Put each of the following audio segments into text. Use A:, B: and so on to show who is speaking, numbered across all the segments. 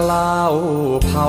A: กล้าวเผ่า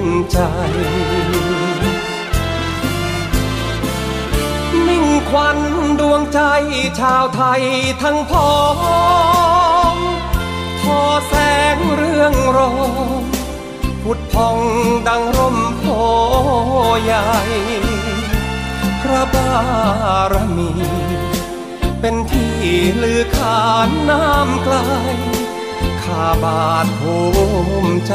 A: นใจ มิ่งควันดวงใจชาวไทยทั้งพ้องพอแสงเรื่องรองพุดพองดังร่มโพใหญ่ พระบารมี เป็นที่ลือขานน้ำไกลข้าบาทภูมิใจ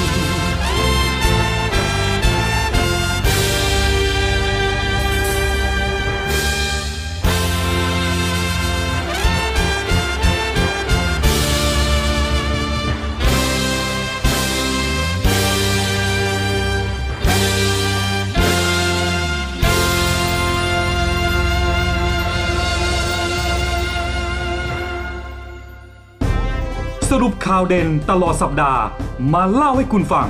B: สรุปข่าวเด่นตลอดสัปดาห์มาเล่าให้คุณฟัง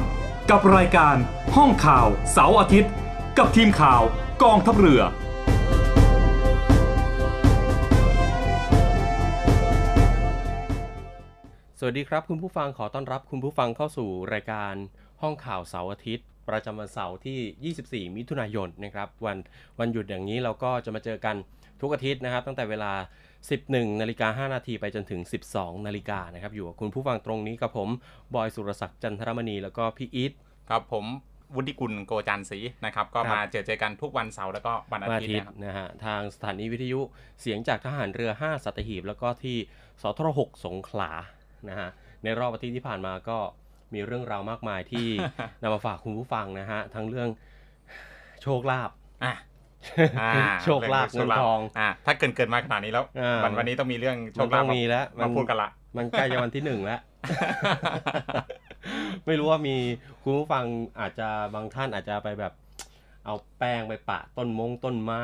B: กับรายการห้องข่าวเสาร์อาทิตย์ กับทีมข่าวกองทัพเรือ
C: สวัสดีครับคุณผู้ฟังขอต้อนรับคุณผู้ฟังเข้าสู่รายการห้องข่าวเสาร์อาทิตย์ ประจำวันเสาร์ที่ 24 มิถุนายนนะครับวันวันหยุดอย่างนี้เราก็จะมาเจอกันทุกอาทิตย์นะครับ ตั้งแต่เวลา 11 นาฬิกา 5 นาทีไปจนถึง 12 นาฬิกานะครับอยู่กับคุณผู้ฟังตรงนี้กับผมบอยสุรศักดิ์จันทรมณีแล้วก็พี่อีท
D: ครับผมวุฒิกุลโกจันทร์ศรีนะครับ ก็
C: ครับ
D: มาเจอเจอกันทุกวันเสาร์แล้วก็วันอา
C: วันอา
D: ทิต
C: ทิ
D: ย์
C: ตย์
D: นะครับ
C: นะฮะทางสถานีวิทยุเสียงจากทหารเรือ 5 สัตหีบ แล้วก็ที่สทรหกสงขลานะฮะในรอบอาทิตย์ที่ผ่านมาก็มีเรื่องราวมากมาย ที่ นำมาฝากคุณผู้ฟังนะฮะทั้งเรื่องโชคลาภ
D: อ่ะอ่า
C: โชคลาภ
D: รื่
C: เงินทอง
D: อ่ะถ้าเกินเกินมาขนาดนี้แล้ว
C: อ่า
D: วันวันนี้ต้องมีเรื่องโช
C: มัน
D: ค
C: ต้
D: ลา
C: อ
D: ภ
C: งมีแล้ว
D: มาพูดกันละ
C: มันใกล้จะวันที่หนึ่งแล้ว ไม่รู้ว่ามีคุณผู้ฟังอาจจะบางท่านอาจจะไปแบบ เอาแป้งไปปะต้นมงต้นไม้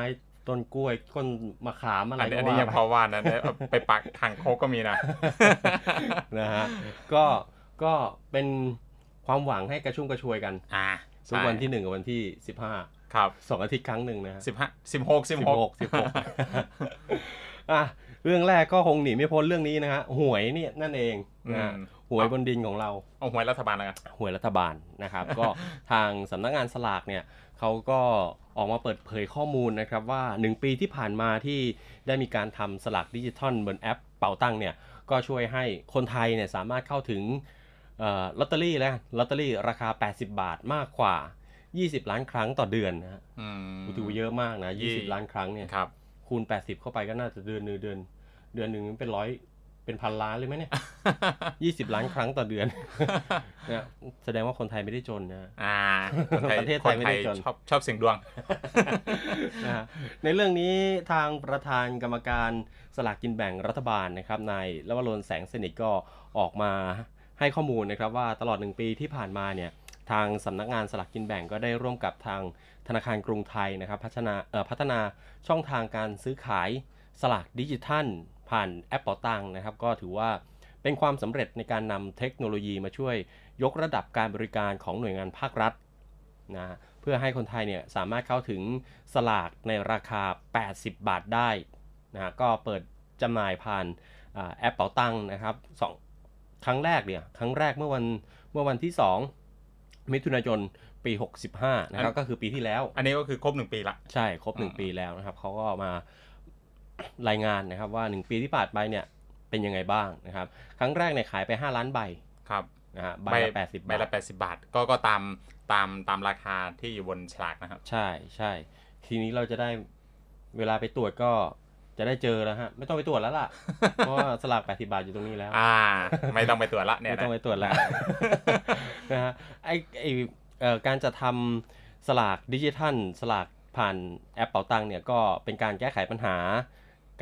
C: ต้นกล้วยต้นมะขามอะไร
D: อันนี้
C: ก็
D: อันนี้
C: ว่า
D: ยัง
C: ไป
D: พอว่านะเนี่ยเอาไปปักทางโคกก็มีนะ
C: นะฮ ะก็ก็เป็นความหวังให้กระชุ่มกระชวยกัน
D: อ่า
C: ทุกวันที่หนึ่งกับวันที่สิบห้า
D: ครับ
C: สองอาทิตย์ครั้งหนึ่งนะฮะ
D: สิบห้าสิบหกสิบหก
C: สิบหก อ่ะเรื่องแรกก็คงหนีไม่พ้นเรื่องนี้นะฮะหวยเนี่ยนั่นเองนะฮะ
D: อืม
C: หวยบนดินของเรา
D: เอาหวยรัฐบาลแล้วกัน
C: หวยรัฐบาล นะครับ ก็ทางสำนักงานสลากเนี่ยเขาก็ออกมาเปิดเผยข้อมูลนะครับว่า 1 ปีที่ผ่านมาที่ได้มีการทำสลากดิจิทัลบนแอปเป่าตั้งเนี่ยก็ช่วยให้คนไทยเนี่ยสามารถเข้าถึงเอ่อลอตเตอรี่แล้วลอตเตอรี่ราคา 80 บาทมากกว่า 20 ล้านครั้งต่อเดือนนะฮะ
D: อืม
C: ถือว่าเยอะมากนะ
D: ยี่
C: 20 ล้านครั้งเนี่ย
D: ครับ
C: คูณ 80 เข้าไปก็น่าจะเดือนหนึ่งเดือน เดือนหนึ่งเป็นร้อยเป็นพันล้านเลยไหมเนี่ย 20 ล้านครั้งต่อเดือน เนี่ยแสดงว่าคนไทยไม่ได้จนนะฮะ
D: อ่าคนไทย
C: ประเทศไท
D: ค
C: ย
D: น
C: ไม่
D: ไท
C: ได้
D: ย
C: จน
D: ชอบชอบเสียงดวง
C: นะฮะในเรื่องนี้ทางประธานกรรมการสลากกินแบ่งรัฐบาลนะครับนายลวรนแสงสนิทก็ออกมาให้ข้อมูลนะครับว่าตลอดหนึ่งปีที่ผ่านมาเนี่ย ทางสำนักงานสลากกินแบ่งก็ได้ร่วมกับทางธนาคารกรุงไทยนะครับพัฒนาเอ่อพัฒนาช่องทางการซื้อขายสลากดิจิทัล ผ่านแอปเป๋าตังค์นะครับ ก็ถือว่าเป็นความสำเร็จในการนำเทคโนโลยีมาช่วยยกระดับการบริการของหน่วยงานภาครัฐ นะฮะเพื่อให้คนไทยเนี่ยสามารถเข้าถึงสลากในราคา 80 บาทได้นะฮะก็เปิดจำหน่ายผ่านอ่าแอปเป๋าตังค์นะครับสองครั้งแรกเนี่ยครั้งแรกเมื่อวันเมื่อวันที่ 2 มิถุนายนปี 65นะครับก็คือปีที่แล้ว
D: อันนี้ก็คือครบหนึ่งปีละ
C: ใช่ ครบ
D: อืม
C: 1 ปีแล้วนะครับเขาก็มารายงานนะครับว่า 1 ปีที่ผ่านไปเนี่ยเป็นยังไงบ้างนะครับ ครั้งแรกเนี่ยขายไป 5 ล้านใบ
D: ครับ
C: นะฮะใบละ
D: ใบบ
C: 80าท
D: ละแปดสิบบาท ก็ก็ตามตามตามราคาที่อยู่บนฉลากนะครับ
C: ใช่ใช่ทีนี้เราจะได้เวลาไปตรวจก็จะได้เจอแล้วฮะ ไม่ต้องไปตรวจแล้ว ล่ะ เพราะว่าสลาก 80 บาทอยู่ตรงนี้แล้ว
D: อ่า ไม่ต้องไปตรวจละเนี่ย
C: ไม่
D: นะ
C: ต้องไปตรวจแล้ว นะฮะไอไอเอ่อการจะทำสลากดิจิทัล สลากผ่านแอปเป๋าตังเนี่ยก็เป็นการแก้ไขปัญหา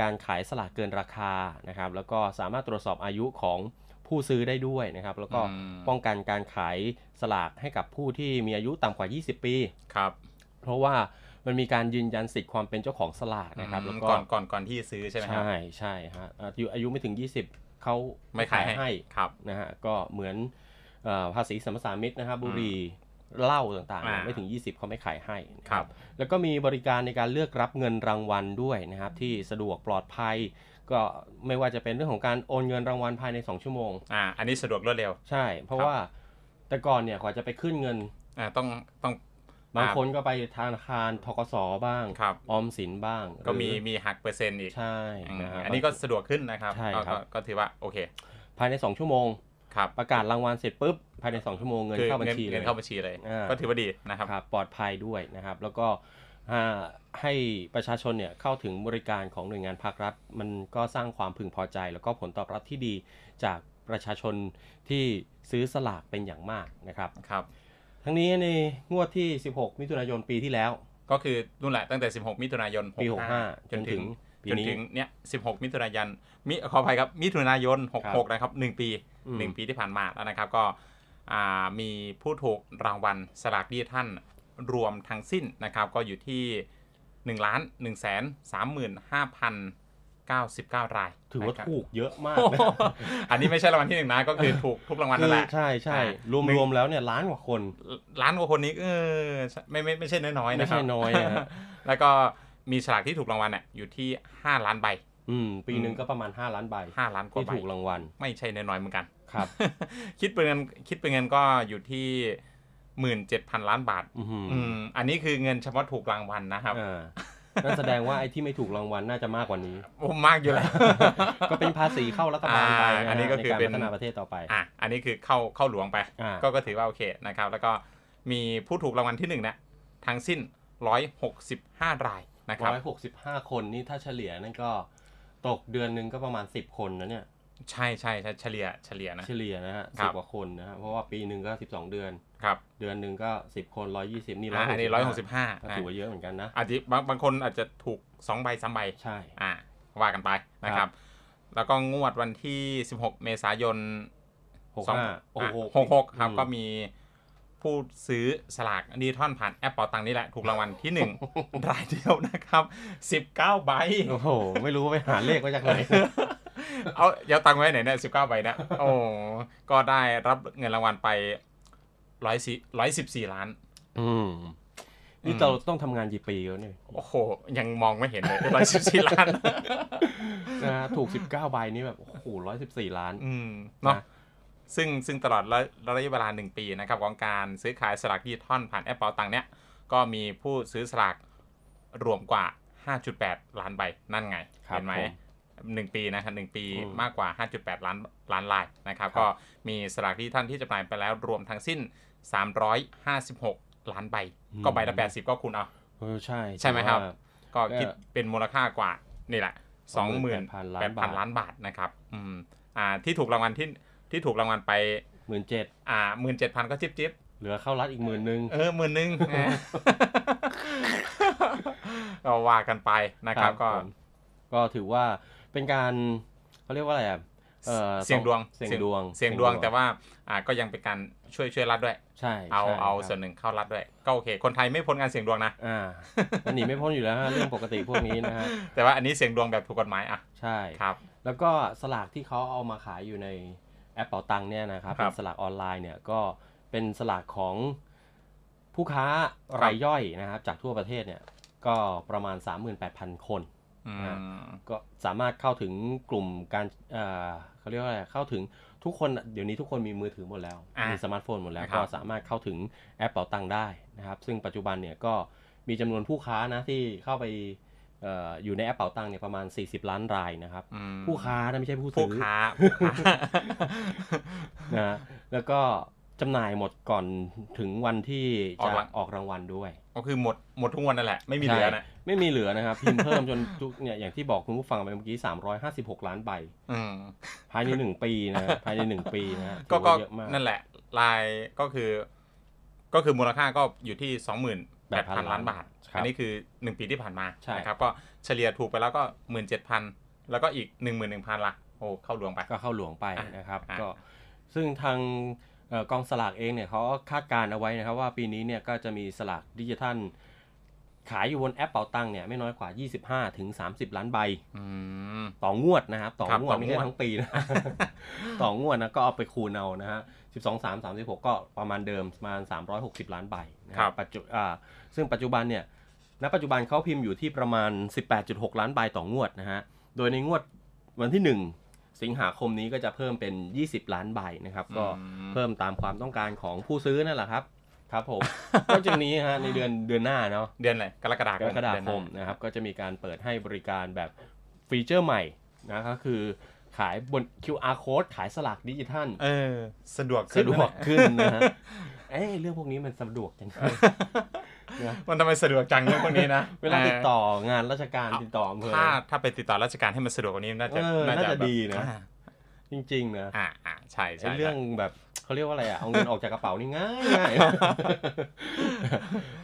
C: การขายสลากเกินราคานะครับ แล้วก็สามารถตรวจสอบอายุของผู้ซื้อได้ด้วยนะครับ แล้วก็
D: อืม
C: ป้องกันการขายสลากให้กับผู้ที่มีอายุต่ำกว่า 20 ปี
D: ครับ
C: เพราะว่ามันมีการยืนยันสิทธิ์ความเป็นเจ้าของสลากนะครับ
D: อื
C: แล้ว
D: ม
C: ก็
D: ก่อนก่อนก่อนที่ซื้อใช่ไหมครับ
C: ใช่ใช่ฮะอ่าอยู่อายุไม่ถึง 20 เขา
D: ไม่ขายให้ครับ
C: นะฮะก็เหมือนเอ่อภาษีสัมปทานมิตรนะครับบุหรี่เหล้าต่าง
D: อ่า
C: ๆ ไม่ถึง 20 เขาไม่ขายให้นะ
D: ค
C: ค
D: รั
C: รั
D: บบ
C: แล้วก็มีบริการในการเลือกรับเงินรางวัลด้วยนะครับ ที่สะดวกปลอดภัย ก็ไม่ว่าจะเป็นเรื่องของการโอนเงินรางวัลภายใน 2 ชั่วโมง
D: อ่า อันนี้สะดวกรวดเร็ว
C: ใช่ เพราะ
D: ครับ
C: ว่าแต่ก่อนเนี่ยกว่าจะไปขึ้นเงิน
D: อ่าต้องต้อง
C: บางคนก็ไปธนาคารทกสบ้าง
D: ครับ
C: ออมสินบ้าง
D: ก็มี
C: หรือ
D: มีหักเปอร์เซ็นต์อีก
C: ใช่
D: อืม
C: นะฮะ
D: อันนี้ก็สะดวกขึ้นนะครับ
C: ใช่
D: ก็
C: ครับ
D: ก็ก็ถือว่าโอเค
C: ภายใน 2 ชั่วโมง
D: ครับ
C: ประกาศรางวัลเสร็จปุ๊บ ภายใน 2 ชั่วโมงเงิน
D: คือ
C: เข้าบัญชีเล
D: เงิ
C: ย
D: นเข้าบัญชีเลย
C: อ่า
D: ก็ถือว่าดีนะครับ
C: ครับปลอดภัยด้วยนะครับ แล้วก็อ่าให้ประชาชนเนี่ยเข้าถึงบริการของหน่วยงานภาครัฐ มันก็สร้างความพึงพอใจ แล้วก็ผลตอบรับที่ดีจากประชาชนที่ซื้อสลากเป็นอย่างมากนะครับ
D: ครับ
C: ทั้งนี้ในงวดที่ 16 มิถุนายนปีที่แล้ว
D: ก็คือนู่นแหละตั้งแต่ 16 มิถุนายน
C: ปี
D: 65
C: 65
D: จ
C: จ
D: น
C: น
D: ถึ
C: ถึ
D: ง
C: งปี
D: จน
C: นี้
D: ถึงเนี่ย 16 มิถุนายนมิขออภัยครับ มิถุนายน 66 นะครับ 1 ปี
C: อืม
D: 1 ปีที่ผ่านมาแล้วนะครับ ก็อ่ามีผู้ถูกรางวัลสลากดิจิทัลรวมทั้งสิ้นนะครับ ก็อยู่ที่ 1 ล้าน1แสน35,099 ราย
C: ถือว่า
D: นะครับ
C: ถูกเยอะมาก
D: โอ้
C: นะ
D: โหอันนี้ไม่ใช่รางวัลที่หนึ่งนะ ก็คือถูกทุกรางวัล
C: คื
D: นั่น
C: อ
D: แหละ
C: ใช่ใช่
D: อ่ะ
C: รวมๆแล้วเนี่ยล้านกว่าคน
D: ล้านกว่าคนนี้เออไม่ไม่ไม่ใช่น้อยๆนะครับ
C: ไม่ใช่น้อยนะฮะ
D: แล้วก็มีฉลากที่ถูกรางวัลเนี่ยอยู่ที่ 5 ล้านใบ
C: อืมปีหนึ่งก็ประมาณ 5 ล้านใบ
D: 5 ล้านกว่า
C: ที่
D: ใบ
C: ถูกรางวัล
D: ไม่ใช่น้อยๆเหมือนกัน
C: ครับ
D: คิดเป็นเงินคิดเป็นเงินก็อยู่ที่หมื่นเจ็ดพันล้านบาท
C: อือหือ
D: อืมอันนี้คือเงินเฉพาะถูกรางวัลนะครับ
C: อ่านั่นแสดงว่าไอ้ที่ไม่ถูกรางวัลน่าจะมากกว่านี้
D: ผมมากอยู่แล้ว
C: ก็เป็นภาษีเข้ารัฐบาลไป
D: อ่าอันนี้ก็คือ
C: ในาร
D: เป็น
C: พัฒนาประเทศต่อไป
D: อ่ะอันนี้คือเข้าเข้าหลวงไป
C: อ่า
D: ก็ก็ถือว่าโอเคนะครับ แล้วก็มีผู้ถูกรางวัลที่หนึ่งเนี่ยทั้งสิ้น 165 รายนะครับ
C: ร้อยหกสิบห้าคนนี่ถ้าเฉลี่ยนั่นก็ตกเดือนหนึ่งก็ประมาณสิบคนนะเนี่ย
D: ใช่ใช่ใช่เฉลี่ยเฉลี่ยนะ
C: เฉลี่ยนะฮะ
D: ครั
C: สิบบ กว่าคนนะฮะเพราะว่าปีหนึ่งก็สิบสองเดือน
D: ครับ
C: เดือนหนึ่งก็สิบคนร้อยยี่สิบนี่
D: อ่าอันนี้ร้อยหกสิบห้า
C: ก็ถือว่าเยอะเหมือนกันนะ
D: อาจจะบางบางคนอาจจะถูกสองใบสามใบ
C: ใช่
D: อ่าว่ากันไปนะครับ แล้วก็งวดวันที่ 16 เมษายน
C: หกห้าโอ้โห
D: หกหกครับ
C: อืม
D: ก็มีผู้ซื้อสลากดิจิทอนผ่านแอปเป่าตังนี่แหละ ถูกรางวัลที่ 1 รายเดียวนะครับ 19 ใบ
C: โอ้โห ไม่รู้ว่าไปหาเลขมาจากไหน
D: เอาเดี๋ยวตังค์ไว้ไหนเนี่ยสิบเก้าใบเนะโอ้ก็ได้รับเงินรางวัลไปร้อยสี่ร้อยสิบสี่ล้าน
C: อืมนี่เราต้องทำงานกี่ปีแล้วเนี่ย
D: โอ้โห ยังมองไม่เห็นเลยร้อยสิบสี่ ล้าน
C: นะฮะถูก 19 ใบนี่แบบโอ้โห114 ล้าน
D: อืมเนาะ
C: นะ
D: ซึ่งซึ่งตลอดระระยะเวลา 1 ปีนะครับของการซื้อขายสลากดิจิทอลผ่านแอปเป๋าตังเนี้ยก็มีผู้ซื้อสลากรวมกว่า 5.8 ล้านใบนั่นไง
C: ครับ
D: เห็นไหม
C: ผม
D: หนึ่งปีนะครับหนึ่งปี
C: อืม
D: มากกว่า 5.8 ล้านล้านลายนะครับ
C: ครับ
D: ก็มีสลากดิจิทัลที่จำหน่ายไปแล้วรวมทั้งสิ้น 356 ล้านใบ ก็ใบละ 80 ก็คูณเอา
C: เออใช่
D: ใช่ไหมครับ
C: ว่า
D: ก็คิดเป็นมูลค่ากว่านี่แหละสองหมื่น
C: 28,000
D: แป
C: ล้านบา
D: ดพั
C: ท
D: นล้านบาทนะครับอืมอ่าที่ถูกรางวัลที่ที่ถูกรางวัลไป
C: หมื่นเจ็ด
D: อ่าหมื่นเจ็ดพันก็จิบจิบ
C: เหลือเข้ารัฐอีกหมื่นหนึ่ง
D: เออหมื่นห นึ่งก็ว่ากันไปนะครับ ก็
C: ผมก็ถือว่าเป็นการเขาเรียกว่าอะไรอ่ะ เอ่อ
D: เสี่ยงดวง
C: เสี่ยงดวง
D: เสี่ยงดวงแต่ว่าอ่าก็ยังเป็นการช่วยช่วยรัฐด้วย
C: ใช่
D: เอา
C: ใช่
D: เอา
C: ครับ
D: ส่วนหนึ่งเข้ารัฐด้วย ก็โอเค คนไทยไม่พ้นการเสี่ยงดวงนะ
C: อ่ามันหนีไม่พ้นอยู่แล้วฮะเรื่องปกติพวกนี้นะฮะ
D: แต่ว่าอันนี้เสี่ยงดวงแบบถูกกฎหมายอ่ะ
C: ใช่
D: ครับ
C: แล้วก็สลากที่เขาเอามาขายอยู่ในแอปเป๋าตังค์เนี่ยนะครับ
D: ครั
C: เป็
D: บ
C: นสลากออนไลน์เนี่ยก็เป็นสลากของผู้ค้ารายย่อยนะครับจากทั่วประเทศเนี่ยก็ประมาณ 38,000 คน
D: อื
C: อ่า
D: ม
C: ก็สามารถเข้าถึงกลุ่มการเอ่อเขาเรียกว่าอะไรเข้าถึงทุกคนเดี๋ยวนี้ทุกคนมีมือถือหมดแล้ว
D: อ่ะ
C: มีสมาร์ทโฟนหมดแล้ว
D: นะครับ
C: ก็สามารถเข้าถึงแอปเป๋าตังค์ได้นะครับ ซึ่งปัจจุบันเนี่ยก็มีจำนวนผู้ค้านะที่เข้าไปเอออยู่ในแอปเป๋าตังค์เนี่ยประมาณ 40 ล้านรายนะครับ
D: อืม
C: ผู้ค้านะไม่ใช่ผู้
D: ผู้
C: ซื้อ
D: ค้าผู้ค้า
C: นะแล้วก็จำหน่ายหมดก่อนถึงวันที่
D: ออ
C: จะ
D: กราง
C: ออกรางวัลด้วย
D: ก็คือหมดหมดทุกวันนั่นแหละ ไม่มีเหลือ
C: ใช่
D: นะ
C: ไม่มีเหลือนะครับ พิมพ์เพิ่มจนทุกเนี่ยอย่างที่บอกคุณผู้ฟังไปเมื่อกี้ 356 ล้านใบ
D: อืม
C: ภายใน 1 ปีนะฮะภายใน 1 ปีนะฮะ
D: ก็
C: ถือ
D: ก็
C: ว่าเยอะมาก
D: นั่นแหละลายก็คือ ก็คือมูลค่าก็อยู่ที่สองหมื่นแปดพัน
C: 8,000
D: ล้านบาท
C: ครับ
D: อันนี้คือหนึ่งปีที่ผ่านมา
C: ใช่
D: นะครับก็เฉลี่ยถูกไปแล้วก็หมื่นเจ็ดพันแล้วก็อีกหนึ่งหมื่นหนึ่งพันละโอ้เข้าหลวงไป
C: ก็เข้าหลวงไปนะครับ
D: อ่ะ
C: ก็ซึ่งทางเอ่อกองสลากเองเนี่ยเขาก็คาดการณ์เอาไว้นะครับว่าปีนี้เนี่ยก็จะมีสลากดิจิทัล ขายอยู่บนแอปเป่าตังเนี่ยไม่น้อยกว่า 25ถึง30 ล้านใบ
D: อืม
C: ต่องวดนะครับต่อ
D: ครับ
C: งวด
D: ต่องวด
C: ไม่ใช่ทั้งปีนะ ต่องวดนะก็เอาไปคูณเอานะฮะสิบสองสามสามสิบหกก็ประมาณเดิมประมาณสามร้อยหกสิบล้านใบนะปัจจุอ่าซึ่งปัจจุบันเนี่ยณปัจจุบันเขาพิมพ์อยู่ที่ประมาณ 18.6 ล้านใบต่องวดนะฮะโดยในงวดวันที่ 1 สิงหาคมนี้ก็จะเพิ่มเป็น 20 ล้านใบนะครับก็
D: อืม
C: เพิ่มตามความต้องการของผู้ซื้อนั่นแหละครับครับผม นอกจากนี้ฮะในเดือนเดือนหน้าเนาะ
D: เดือนอะไรกรกฎาก
C: รกฎาคม
D: เดือห
C: นะครับก็จะมีการเปิดให้บริการแบบฟีเจอร์ใหม่นะก็คือขายบน QR code ขายสลากดิจิทัล
D: เออสะดวกขึ้
C: สะ
D: น
C: ดวก
D: น
C: ขึ้นนะฮะเอ้ยเรื่องพวกนี้มันสะดวกจังเลยนะ
D: มันทำไมสะดวกจังเรื่องพวกนี้นะ
C: เวลาติดต่องานราชการติดต่ออำ
D: เอ
C: เภ
D: อ
C: อ
D: ถ้าถ้าไปติดต่อราชการให้มันสะดวกกว่านี้น่าจะ
C: เออน่าจะ
D: แบบ
C: ดีนะ
D: อ่า
C: จริงๆนะ
D: อ่าอ่าใช่
C: ไอ้
D: ใช่
C: เรื่อง
D: ใช่
C: แบบเขาเรียกว่าอะไรอะเอา เงินออกจากกระเป๋านี่ง่ายง่าย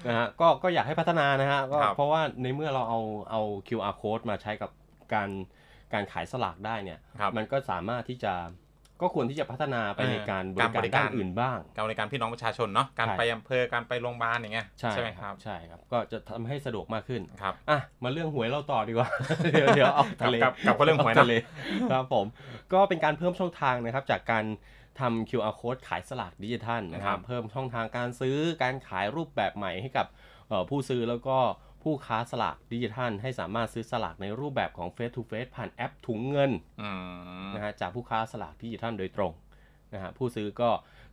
C: นะฮะก็ก็อยากให้พัฒนานะฮะก็เพราะว่าในเมื่อเราเอาเอา QR code มาใช้กับการการขายสลากได้เนี่ย
D: ครับ
C: มันก็สามารถที่จะก็ควรที่จะพัฒนาไป
D: เออ
C: ในการ
D: การ
C: บิการ
D: รบริการ
C: ด้านอื่นบ้าง
D: การบริการพี่น้องประชาชนเนาะการ
C: ใช่
D: ไปอำเภอการไปโรงพยาบาลอย่างเงี้ยไหมครับ
C: ใช่ครับก็จะทำให้สะดวกมากขึ้น
D: ครับ
C: อ่ะมาเรื่องหวยเราต่อ ดีกว่า เดี๋ยวเดี๋ยวเอาทะเล
D: กลับกลับมาเรื่องหวยนะ
C: าทะเลครับผมก็เป็นการเพิ่มช่องทางนะครับ จากการทำ QR code ขายสลากดิจิทัลนะครับ
D: ครับ
C: เพิ่มช่องทางการซื้อการขายรูปแบบใหม่ให้กับเอ่อผู้ซื้อแล้วก็ผู้ค้าสลากดิจิทัล ให้สามารถซื้อสลากในรูปแบบของ Face to Face ผ่านแอปถุงเงิน
D: อืม
C: นะฮะจากผู้ค้าสลากดิจิทัลโดยตรงนะฮะผู้ซื้อก็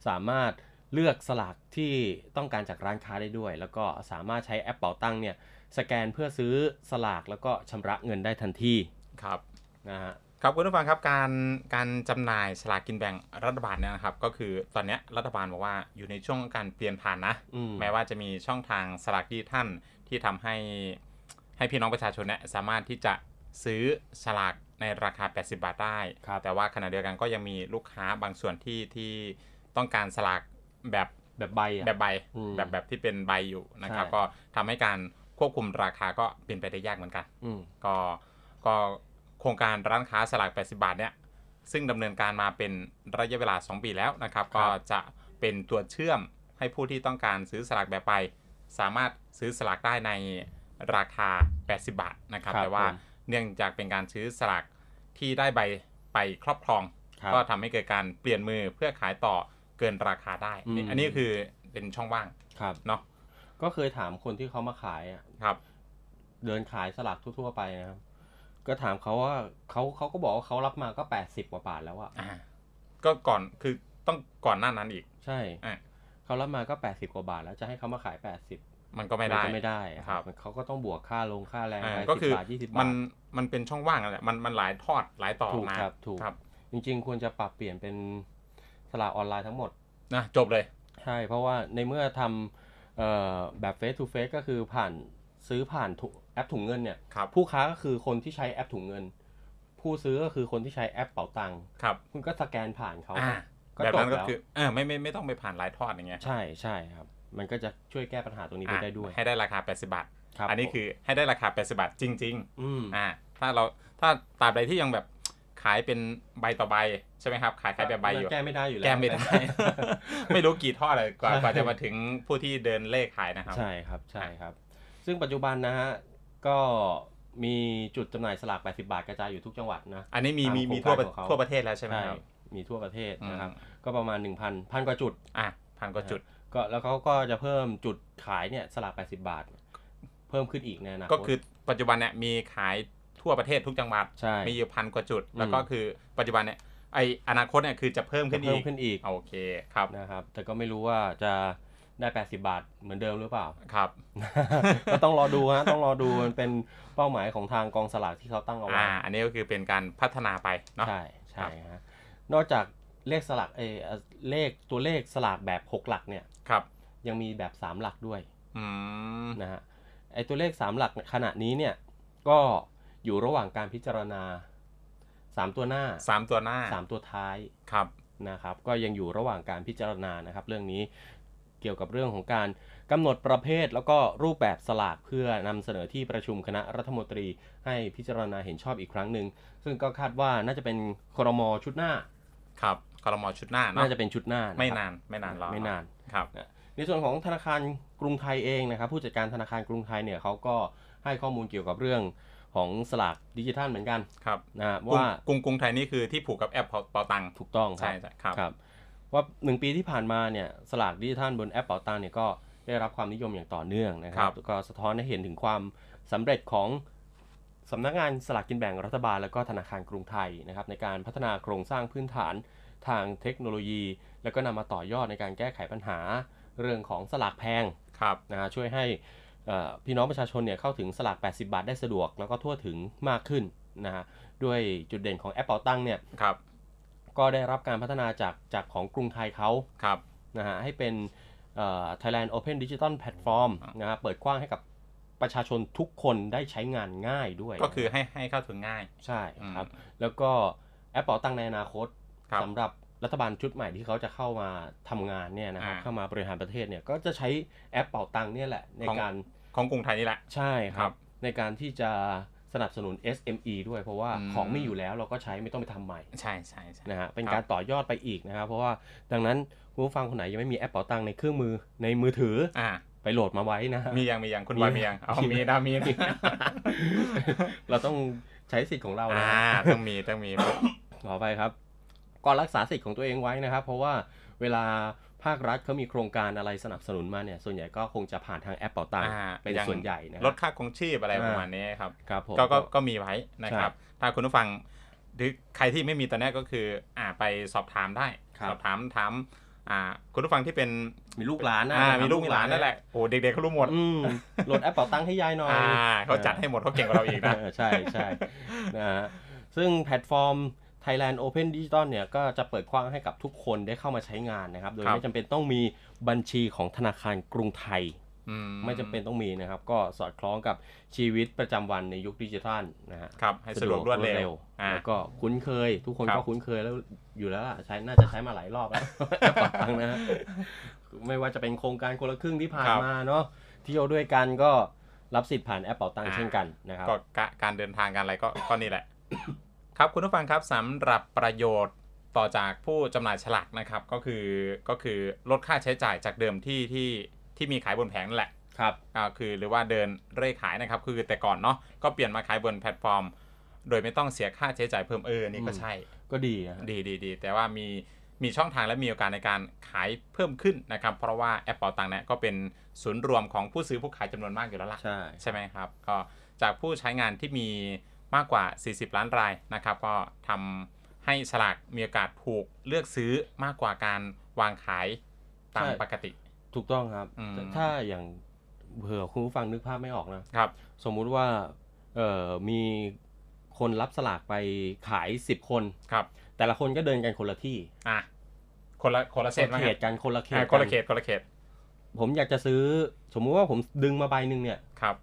C: สามารถเลือกสลากที่ต้องการจากร้านค้าได้ด้วย แล้วก็สามารถใช้แอปเป๋าตังเนี่ยสแกนเพื่อซื้อสลากแล้วก็ชำระเงินได้ทันที
D: ครับ
C: นะฮะ
D: ครับคุณผู้ฟังครับการการจำหน่ายสลากกินแบ่งรัฐบาลเนี่ยนะครับ ก็คือตอนเนี้ยรัฐบาลบอกว่าอยู่ในช่วงการเปลี่ยนผ่านนะ
C: อืม
D: แม้ว่าจะมีช่องทางสลากดิจิทัลที่ทำให้ให้พี่น้องประชาชนเนี่ยสามารถที่จะซื้อสลากในราคา 80 บาทได้
C: ครับ
D: แต่ว่าขณะเดียวกันก็ยังมีลูกค้าบางส่วนที่ที่ต้องการสลากแบบ
C: แบบใบอะ
D: แบบใบ
C: อืม
D: แบบแบบที่เป็นใบอยู่นะครับ
C: ใช่
D: ก็ทำให้การควบคุมราคาก็เป็นไปได้ยากเหมือนกัน
C: อืม
D: ก็ก็โครงการร้านค้าสลาก 80 บาทเนี่ยซึ่งดำเนินการมาเป็นระยะเวลา 2 ปีแล้วนะครับ ก็จะเป็นตัวเชื่อมให้ผู้ที่ต้องการซื้อสลากแบบไป สามารถซื้อสลากได้ในราคา 80 บาทนะครับ แต่ว่าเนื่องจากเป็นการซื้อสลากที่ได้ใบไปครอบครอง
C: ครับ
D: ก็ทำให้เกิดการเปลี่ยนมือเพื่อขายต่อเกินราคาได้นี่
C: อืม
D: อันนี้คือเป็นช่องว่าง
C: ครับ
D: เนาะ
C: ก็เคยถามคนที่เขามาขายอะ
D: ครับ
C: เดินขายสลากทั่ว ๆ ไปนะครับก็ถามเขาว่าเขาเขาก็บอกว่าเขารับมาก็ 80กว่าบาทแล้วอะ
D: อ่าก็ก่อนคือต้องก่อนหน้านั้นอีก
C: ใช่
D: อ่ะ
C: เขารับมาก็ 80กว่าบาทแล้วจะให้เขามาขาย 80
D: มันก็ไม่ได้
C: นก็ไม่ได้อะ
D: ครับ
C: มันเขาก็ต้องบวกค่าลงค่าแรง
D: อ่า
C: ไป
D: ก็
C: สิ
D: คือบ
C: าทยี่สิบบา
D: มั
C: ท
D: นมันเป็นช่องว่างนั่นแหละมันมันหลายทอดหลายต่อ
C: ถูก
D: มา
C: ครับถูก
D: ครับ
C: จริงๆ ควรจะปรับเปลี่ยนเป็นสลากออนไลน์ทั้งหมด
D: นะจบเลย
C: ใช่ เพราะว่าในเมื่อทำเอ่อแบบเฟส to เฟสก็คือผ่านซื้อผ่านถุแอปถุงเงินเนี่ย
D: ครับ
C: ผู้ค้าก็คือคนที่ใช้แอปถุงเงิน ผู้ซื้อก็คือคนที่ใช้แอปเป๋าตังค์
D: ครับ
C: คุณก็สแกนผ่านเขา
D: อ่า
C: ก็
D: แบบนั้น
C: จบแล้
D: ก็
C: ว
D: คือเออไม่ไม่ไม่ต้องไปผ่านหลายทอดอย่างเงี้ย
C: ใช่ใช่ครับ มันก็จะช่วยแก้ปัญหาตรงนี้ไป
D: อ่ะ
C: ได้ด้วย
D: ให้ได้ราคา 80 บาท
C: ครับ
D: อันนี้
C: ผม
D: คือให้ได้ราคา 80 บาทจริง
C: ม
D: ๆอ่าถ้าเราถ้าตราบใดที่ยังแบบ ขายเป็นใบต่อใบใช่ไหมครับ ขายขายแบบใบอยู่
C: แก้ไม่ได้อยู่แล้ว
D: แก้ไม่ได้ ไม่รู้กี่ทอดเลยกว่า
C: ใช่
D: กว่าจะมาถึงผู้ที่เดินเลขขายนะครับ
C: ใช่ครับใช่ครับ ซึ่งปัจจุบันนะฮะก็มีจุดจำหน่ายสลาก 80 บาทกระจายอยู่ทุกจังหวัดนะ
D: อันนี้มี
C: ตาม
D: มีมี
C: โคร
D: ทั่ว
C: งการ
D: ป
C: ขอ
D: ระ
C: งเขา
D: ทั่วประเทศแล้วใช่ไหม
C: ใช่
D: ครับ
C: มีทั่วประเทศ
D: อืม
C: นะครับ ก็ประมาณ 1,000พันกว่าจุด
D: อ่ะพันกว่าจุด
C: ก็แล้วเขาก็จะเพิ่มจุดขายเนี่ยสลาก 80 บาท เพิ่มขึ้นอีกในอนาคต
D: ก็คือปัจจุบันเนี่ยมีขายทั่วประเทศทุกจังหวัด
C: ใช่
D: มีอยู่พันกว่าจุด แล้วก็คือปัจจุบันเนี่ยไออนาคตเนี่ยคือจะเพิ่มขึ้น
C: จะ
D: อี
C: เพิ่ม
D: ก
C: ขึ้นอีก
D: โอเคครับ
C: นะครับ แต่ก็ไม่รู้ว่าจะได้ 80 บาทเหมือนเดิมหรือเปล่า
D: ครับ
C: ก็ต้องรอดูฮะต้องรอดูมันเป็นเป้าหมายของทางกองสลากที่เขาตั้งเอาไว้
D: อ่า อันนี้ก็คือเป็นการพัฒนาไปเนาะ
C: ใช่ใช่
D: ครับ
C: ฮะนอกจากเลขสลักเออเอ่อเลขตัวเลขสลากแบบ 6 หลักเนี่ย
D: ครับ
C: ยังมีแบบ 3 หลักด้วย
D: อืม
C: นะฮะไอตัวเลข 3 หลักขณะนี้เนี่ยก็อยู่ระหว่างการพิจารณา 3 ตัวหน้า
D: สามตัวหน้า
C: 3 ตัวท้าย
D: ครับ
C: นะครับก็ยังอยู่ระหว่างการพิจารณานะครับเรื่องนี้เกี่ยวกับเรื่องของการกำหนดประเภทแล้วก็รูปแบบสลากเพื่อนำเสนอที่ประชุมคณะรัฐมนตรีให้พิจารณาเห็นชอบอีกครั้งหนึ่งซึ่งก็คาดว่าน่าจะเป็นครมชุดหน้า
D: ครับคอรมอชุดหน้าเนาะ
C: น่าจะเป็นชุดหน้าะครับ
D: ไม่นานไม่นานรอ
C: ไม่นาน
D: ครับ
C: ในส่วนของธนาคารกรุงไทยเองนะครับ ผู้จัดการธนาคารกรุงไทยเนี่ยเขาก็ให้ข้อมูลเกี่ยวกับเรื่องของสลากดิจิทัลเหมือนกัน
D: ครับ
C: นะฮะ
D: กรุง
C: ว่าก
D: รุงกรุงไทยนี่คือที่ผูกกับแอปเป๋าเป๋าตังค์
C: ถูกต้องค
D: ใช่
C: รับ
D: ใช่ครับ
C: ครับว่าหนึ่งปีที่ผ่านมาเนี่ยสลากดิจิทัลบนแอปเป๋าตังเนี่ยก็ได้รับความนิยมอย่างต่อเนื่องนะครั
D: ครับ บ
C: แล้วก็สะท้อนให้เห็นถึงความสำเร็จของสำนักงานสลากกินแบ่งรัฐบาล แล้วก็ธนาคารกรุงไทยนะครับในการพัฒนาโครงสร้างพื้นฐาน ทางเทคโนโลยี แล้วก็นำมาต่อยอดในการแก้ไขปัญหาเรื่องของสลากแพง
D: ครับ
C: นะฮะช่วยให้เอ่อพี่น้องประชาชนเนี่ยเข้าถึงสลาก 80 บาทได้สะดวก แล้วก็ทั่วถึงมากขึ้นนะฮะด้วยจุดเด่นของแอปเป่าตังเนี่ย
D: ครับ
C: ก็ได้รับการพัฒนาจากจากของกรุงไทยเขา
D: ครับ
C: นะฮะให้เป็นเอ่อ Thailand Open Digital Platform นะฮะเปิดกว้างให้กับประชาชนทุกคนได้ใช้งานง่ายด้วย
D: ก็คือให้ให้เข้าถึงง่าย
C: ใช่ครับแล้วก็แอปเป่าตังในอนาคต
D: ครับ
C: สำหรับรัฐบาลชุดใหม่ที่เขาจะเข้ามาทำงานเนี่ยนะครับ
D: อ่า
C: เข้ามาบริหารประเทศเนี่ยก็จะใช้แอปเป่าตังเนี่ยแหละ ใน
D: ของ
C: การ
D: ของกรุงไทยนี่แหละ
C: ใช่ค
D: ครั
C: รับบ ในการที่จะสนับสนุน SME ด้วยเพราะว่า
D: อืม
C: ของมีอยู่แล้วเราก็ใช้ไม่ต้องไปทำใหม่
D: ใช่ใช่ใช่
C: นะฮะเป็น
D: ครับ
C: การต่อยอดไปอีกนะครับ เพราะว่าดังนั้นคุณผู้ฟังคนไหนยังไม่มีแอปเป่าตังในเครื่องมือในมือถือ
D: อ่า
C: ไปโหลดมาไว้นะฮะ
D: มียังมียังคุณบอย
C: มี
D: มียังเอา
C: มี
D: มีนะมีนะ
C: เราต้องใช้สิทธิ์ของเรานะ
D: อ่า
C: ฮะ
D: ต้องมีต้องมี
C: ขอไปครับก็รักษาสิทธิ์ของตัวเองไว้นะครับ เพราะว่าเวลาภาครัฐเขามีโครงการอะไรสนับสนุนมาเนี่ย ส่วนใหญ่ก็คงจะผ่านทางแอปเป่าตังค์
D: อ่า
C: เป็น
D: ยัง
C: ส่วนใหญ่นะค
D: ล
C: รับ
D: ดค่าครองชีพอะไร
C: อ่า
D: ประมาณนี้ครับ
C: ครับผม
D: ก็ก็ก็มีไว้นะครับ
C: ใช่
D: ถ้าคุณผู้ฟังหรือใครที่ไม่มีตอนนี้ก็คืออ่าไปสอบถามได้
C: ครับ
D: สอบถามถามอ่าคุณผู้ฟังที่เป็น
C: มีลูกหลานนะ
D: อ่า
C: ครับ
D: มีลูกมีหลานนั่นแหละโอ้เด็กๆเขารู้หมด
C: อืมโหลดแอปเป่าตังค์ให้ยายหน่อย
D: อ่าเขาจัดให้หมดเขาเก่งกว่าเราอีกนะ
C: เออใช่ใช่ นะฮะซึ่งแพลตฟอร์ม Thailand Open Digital เนี่ยก็จะเปิดกว้างให้กับทุกคนได้เข้ามาใช้งานนะครับ โดย
D: ครับ
C: ไม่จำเป็นต้องมีบัญชีของธนาคารกรุงไทย
D: อื
C: ไม่จำเป็นต้องมีนะครับ ก็สอดคล้องกับชีวิตประจำวันในยุคดิจิทัลนะฮะ
D: ครับ ให้สะดวกรวดเร็วอ่า
C: แล้วก็คุ้นเคย ทุกคน
D: ครับ
C: ก็คุ้นเคยแล้วอยู่แล้วล่ะใช้น่าจะใช้มาหลายรอบแล้ว แอปเป่าตังค์นะฮะไม่ว่าจะเป็นโครงการคนละครึ่งที่ผ่านมาเนาะเที่ยวด้วยกันก็รับสิทธิ์ผ่านแอปเป่าตังค์เช่นกันนะครับ
D: ก็กะการเดินทางการอะไรก็ ก็นี่แหละ ครับคุณผู้ฟังครับสำหรับประโยชน์ต่อจากผู้จำหน่ายฉลากนะครับ ก็คือก็คือลดค่าใช้จ่ายจากเดิมที่ที่ที่มีขายบนแผงนั่นแหละ
C: ครับ
D: อ่าคือหรือว่าเดินเร่ขายนะครับ คือแต่ก่อนเนาะก็เปลี่ยนมาขายบนแพลตฟอร์ม โดยไม่ต้องเสียค่าใช้จ่ายเพิ่มเออนี่ก็
C: อืม
D: ใช่
C: ก็ดีนะฮะ
D: ดีดีดีแต่ว่ามีมีช่องทางและมีโอกาสในการขายเพิ่มขึ้นนะครับ เพราะว่าแอปเป่าตังค์เนี่ยก็เป็นศูนย์รวมของผู้ซื้อผู้ขายจำนวนมากอยู่แล้วล่ะ
C: ใช่
D: ใช่ไหมครับ ก็จากผู้ใช้งานที่มีมากกว่า 40 ล้านรายนะครับ ก็ทำให้สลากมีโอกาสถูกเลือกซื้อมากกว่าการวางขายตามปกติ
C: ถูกต้องครับ
D: อืม
C: ถ้าอย่างเผื่อคุณผู้ฟังนึกภาพไม่ออกนะ
D: ครับ
C: สมมุติว่าเอ่อมีคนรับสลากไปขาย 10 คน
D: ครับ
C: แต่ละคนก็เดินกันคนละที่
D: อ่ะ คนละคนละเซต
C: ค
D: ไหม
C: น
D: ค
C: เข
D: รั
C: ต
D: บ
C: กันคนละเขต
D: อ่ะ
C: กั
D: คนละเขตคนละเขต
C: ผมอยากจะซื้อ สมมุติว่าผมดึงมาใบหนึ่งเนี่ย
D: ครับ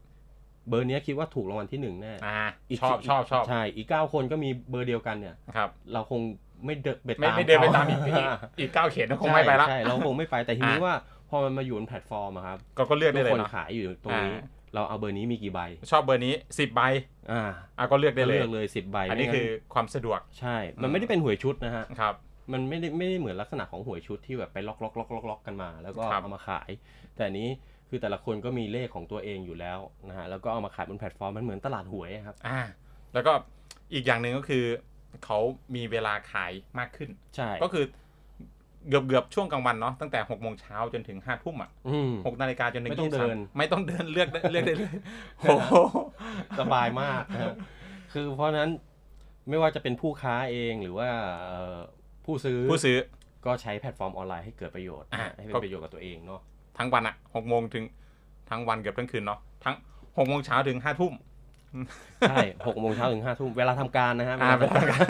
C: เบอร์เนี้ยคิดว่าถูกรางวัลที่หนึ่งแน่
D: อ่ะ
C: อีก
D: ชอบ
C: สิ
D: ชอบชอบ
C: ใช่ อีกเก้าคนก็มีเบอร์เดียวกันเนี่ย
D: ครับ
C: เราคงไม่เดินไปตาม
D: ไม่ไม่เดินไป
C: ขา
D: ตามอีกอีกอีกเก้าเขตนะคงไม่ไปละ
C: ใช่ใช่เราคงไม่ไปแต่ทีนี้
D: อ่ะ
C: ว่าพอมันมาอยู่บนแพลตฟอร์มอะครับ
D: ก็ก็เลือก
C: ทุ
D: ได้
C: ก
D: เลย
C: คน
D: เนาะ
C: ขายอยู่ตรงนี้
D: อ่า
C: เราเอาเบอร์นี้มีกี่ใบ
D: ชอบเบอร์นี้ 10 ใบ
C: อ่า
D: อ่ะก็เลือกได้
C: เลื
D: เลย
C: อกเลยสิบใบ
D: อันนี้
C: ไม่งั้
D: คือความสะดวก
C: ใช่ มันไม่ได้เป็นหวยชุดนะฮะ
D: ครับ
C: มันไม่ได้ไม่ได้เหมือนลักษณะของหวยชุดที่แบบไปล็อกล็อกล็อกล็อกล็อกกันมา แล้วก็
D: ครับ
C: เอามาขาย แต่อันนี้คือแต่ละคนก็มีเลขของตัวเองอยู่แล้วนะฮะแล้วก็เอามาขายบนแพลตฟอร์มมันเหมือนตลาดหวยอะครับ
D: อ่าแล้วก็อีกอย่างหนึ่งก็คือเขามีเวลาขายมากขึ้น
C: ใช่
D: ก็คือเกือบเกือบๆช่วงกลางวันเนาะตั้งแต่6กโมงเช้าจนถึง5้าทุ่มอ่ะ
C: อืม
D: หกนาฬิกาจนถึง
C: ไม่ต้อง
D: 23
C: เดิน
D: ไม่ต้องเดินเลือกได้เลือก ได้เลยโอ้โห
C: สบายมากนะฮะคือเพราะฉะนั้นไม่ว่าจะเป็นผู้ค้าเองหรือว่าเอ่อผู้ซื้อ
D: ผู้ซื้อ
C: ก็ใช้แพลตฟอร์มออนไลน์ให้เกิดประโยชน์นะฮะ
D: อ่ะ
C: ให้
D: ก็
C: เป็นประโยชน์กับตัวเองเนาะ
D: ทั้งวันอะหกโมงถึงทั้งวันเกือบทั้งคืนเนาะทั้งหกโมงเช้าถึงห้าทุ่ม
C: ใช่หกโมงเช้าถึงห้าทุ่มเวลาทำการนะฮะ
D: อ่าเป็นทาง การ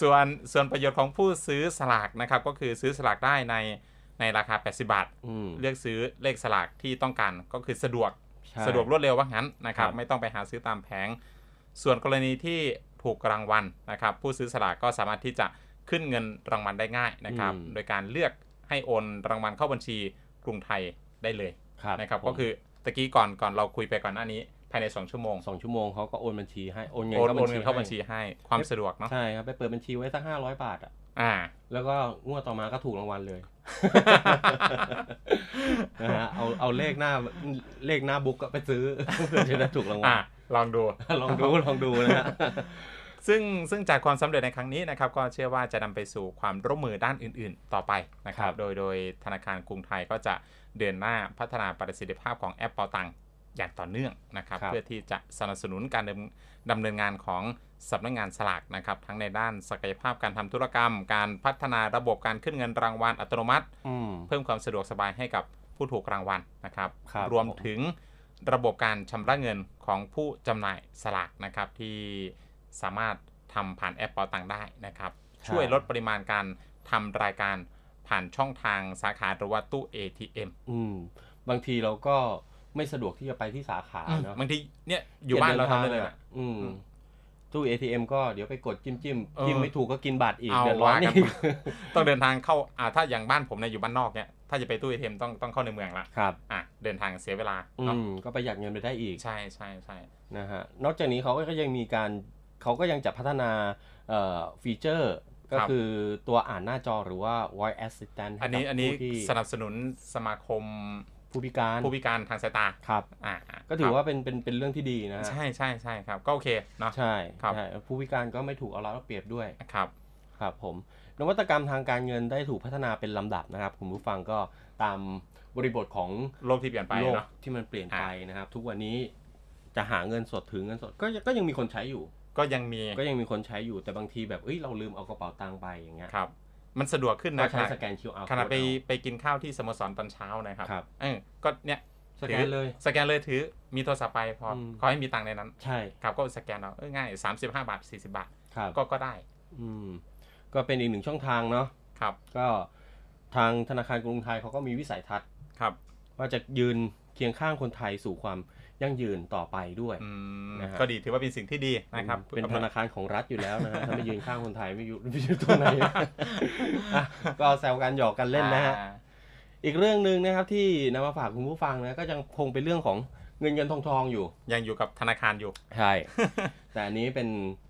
D: ส่วนส่วนประโยชน์ของผู้ซื้อสลากนะครับ ก็คือซื้อสลากได้ในในราคา 80 บาท
C: อืม
D: เลือกซื้อเลขสลากที่ต้องการก็คือสะดวก
C: ใช่
D: สะดวกรวดเร็วว่างั้นนะครั
C: ค
D: บ
C: รับ
D: ไม่ต้องไปหาซื้อตามแผง ส่วนกรณีที่ถูกรางวัลนะครับ ผู้ซื้อสลากก็สามารถที่จะขึ้นเงินรางวัลได้ง่ายนะครับ โดยการเลือกให้โอนรางวัลเข้าบัญชีกรุงไทยได้เลย
C: ครับ
D: นะครับ
C: ผม
D: ก็คือตะกี้ก่อนก่อนเราคุยไปก่อนหน้านี้ภายในสองชั่วโมง
C: สองชั่วโมงเขาก็โอนบัญชีให้โอนเงิน
D: โอน
C: เข้าบัญ
D: โอน
C: ชี
D: เงินเข้า
C: ให้
D: บัญชีให้ความสะดวกเนาะ
C: ใช่ครับ ไปเปิดบัญชีไว้สักห้าร้อยบาทอ่ะ
D: อ่า
C: แล้วก็งวดต่อมาก็ถูกรางวัลเลย นะฮะเอาเอาเลขหน้าเลขหน้าบุ๊กก็ไปซื้อ เพื่อจะได้ถูกรางวั
D: อ่ะ
C: ล
D: ลองดู
C: ลองดูลองดูนะ ฮะ
D: ซึ่งซึ่งจากความสำเร็จในครั้งนี้นะครับ ก็เชื่อว่าจะนำไปสู่ความร่วมมือด้านอื่น ๆ ต่อไปนะครับ
C: ครับ
D: โดยโดยธนาคารกรุงไทยก็จะเดินหน้าพัฒนาประสิทธิภาพของแอปเปาตังอย่างต่อเนื่องนะครับ
C: ครับ
D: เพื่อที่จะสนับสนุนการดำดำเนินงานของสำนักงานสลากนะครับ ทั้งในด้านศักยภาพการทำธุรกรรม การพัฒนาระบบการขึ้นเงินรางวัลอัตโนมัติ
C: อืม
D: เพิ่มความสะดวกสบายให้กับผู้ถูกรางวัลนะครับ
C: ครับ
D: วม
C: ผม
D: ถึงระบบการชำระเงินของผู้จำหน่ายสลากนะครับที่สามารถทำผ่านแอปเป๋าตังได้นะครับ
C: ครับ
D: ช่วยลดปริมาณการทำรายการผ่านช่องทางสาขาหรือว่าตู้ ATM
C: อืม บางทีเราก็ไม่สะดวกที่จะไปที่สาขาเนาะ
D: บางทีเนี่ยอยู่บ้านเราทำได้เลยนะ
C: อืม ตู้ ATM ก็เดี๋ยวไปกดจิ้มจิ้ม
D: เออ
C: จิ้มไม่ถูกก็กินบัตรอีก
D: เอา
C: เดือดร้อน
D: ว่ากัน
C: อีก
D: ไป ต้องเดินทางเข้าอ่าถ้าอย่างบ้านผมเนี่ยอยู่บ้านนอกเนี่ยถ้าจะไปตู้ ATM ต้องต้องเข้าในเมืองละ
C: ครับ
D: อ่ะเดินทางเสียเวลา
C: อื
D: เนาะ
C: ม ก็ประหยัดเงินไปได้อีก
D: ใช่ใช่ใช่
C: นะฮะนอกจากนี้เขาก็ยังมีการเขาก็ยังจะพัฒนาเอ่อฟีเจอร์ก็คือตัวอ่านหน้าจอหรือว่า voice assistant ให้
D: อันนี้
C: กับ
D: อันนี้
C: ผู้ที่
D: สนับสนุนสมาคม
C: ผู้พิการ
D: ผู้พิการทางสายตา
C: ครับ
D: อ่า
C: ก็ถือ
D: ครับ
C: ว่าเป็นเป็นเป็นเรื่องที่ดีนะฮะ
D: ใช่ใช่ใช่ครับ ก็โอเคเนาะ
C: ใช่
D: ครับ
C: ใช่ผู้พิการก็ไม่ถูกเอารัดเอาเปรียบด้วย
D: ครับ
C: ครับผมนวัตกรรมทางการเงินได้ถูกพัฒนาเป็นลำดับนะครับคุณผู้ฟังก็ตามบริบทของ
D: โลกที่เปลี่ยนไป
C: โลก
D: เนาะ
C: ที่มันเปลี่ยนไป
D: อ่า
C: นะครับ ทุกวันนี้จะหาเงินสดถือเงินสดก็ยังก็ยังมีคนใช้อยู่
D: ก็ยังมี
C: ก็ยังมีคนใช้อยู่แต่บางทีแบบเอ้ยเราลืมเอากระเป๋าตังค์ไปอย่างเงี้ย
D: ครับ มันสะดวกขึ้น
C: ก็
D: นะข
C: ใช้
D: ณะ
C: สแกน QR
D: ขณะไป
C: code
D: ไปกินข้าวที่สโมสรตอนเช้านะครับ
C: เอาครับ
D: เออก็เนี่ย
C: สแกนเลย
D: ถือสแกนเลยถือมีโทรศัพท์ไปพออ
C: ม
D: ขอให้มีตังค์ในนั้น
C: ใช่
D: ครับก็สแกนเอาเออง่าย 35 บาท 40 บาท
C: ครับ
D: ก็ก็ได้
C: อืมก็เป็นอีกหนึ่งช่องทางเนาะ
D: ครับ
C: ก็ทางธนาคารกรุงไทยเขาก็มีวิสัยทัศน์
D: ครับ
C: ว่าจะยืนเคียงข้างคนไทยสู่ความยั่งยืนต่อไปด้วย
D: อืม
C: นะฮะ
D: ก็ดีถือว่าเป็นสิ่งที่ดีนะครับ
C: เป็นธนาคารของรัฐอยู่แล้ว นะฮะ ถ้าไม่ยืนข้างคนไทยไม่อยู่ไม่อยู่ตรงไหน อ่ะก็แซวกันหยอกกันเล่นนะฮะ
D: อ่า
C: อีกเรื่องหนึ่งนะครับที่นำมาฝากคุณผู้ฟังนะก็ยังคงเป็นเรื่องของเงินเงินทองทองอยู่
D: ยังอยู่กับธนาคารอยู่
C: ใช่ แต่อันนี้เป็น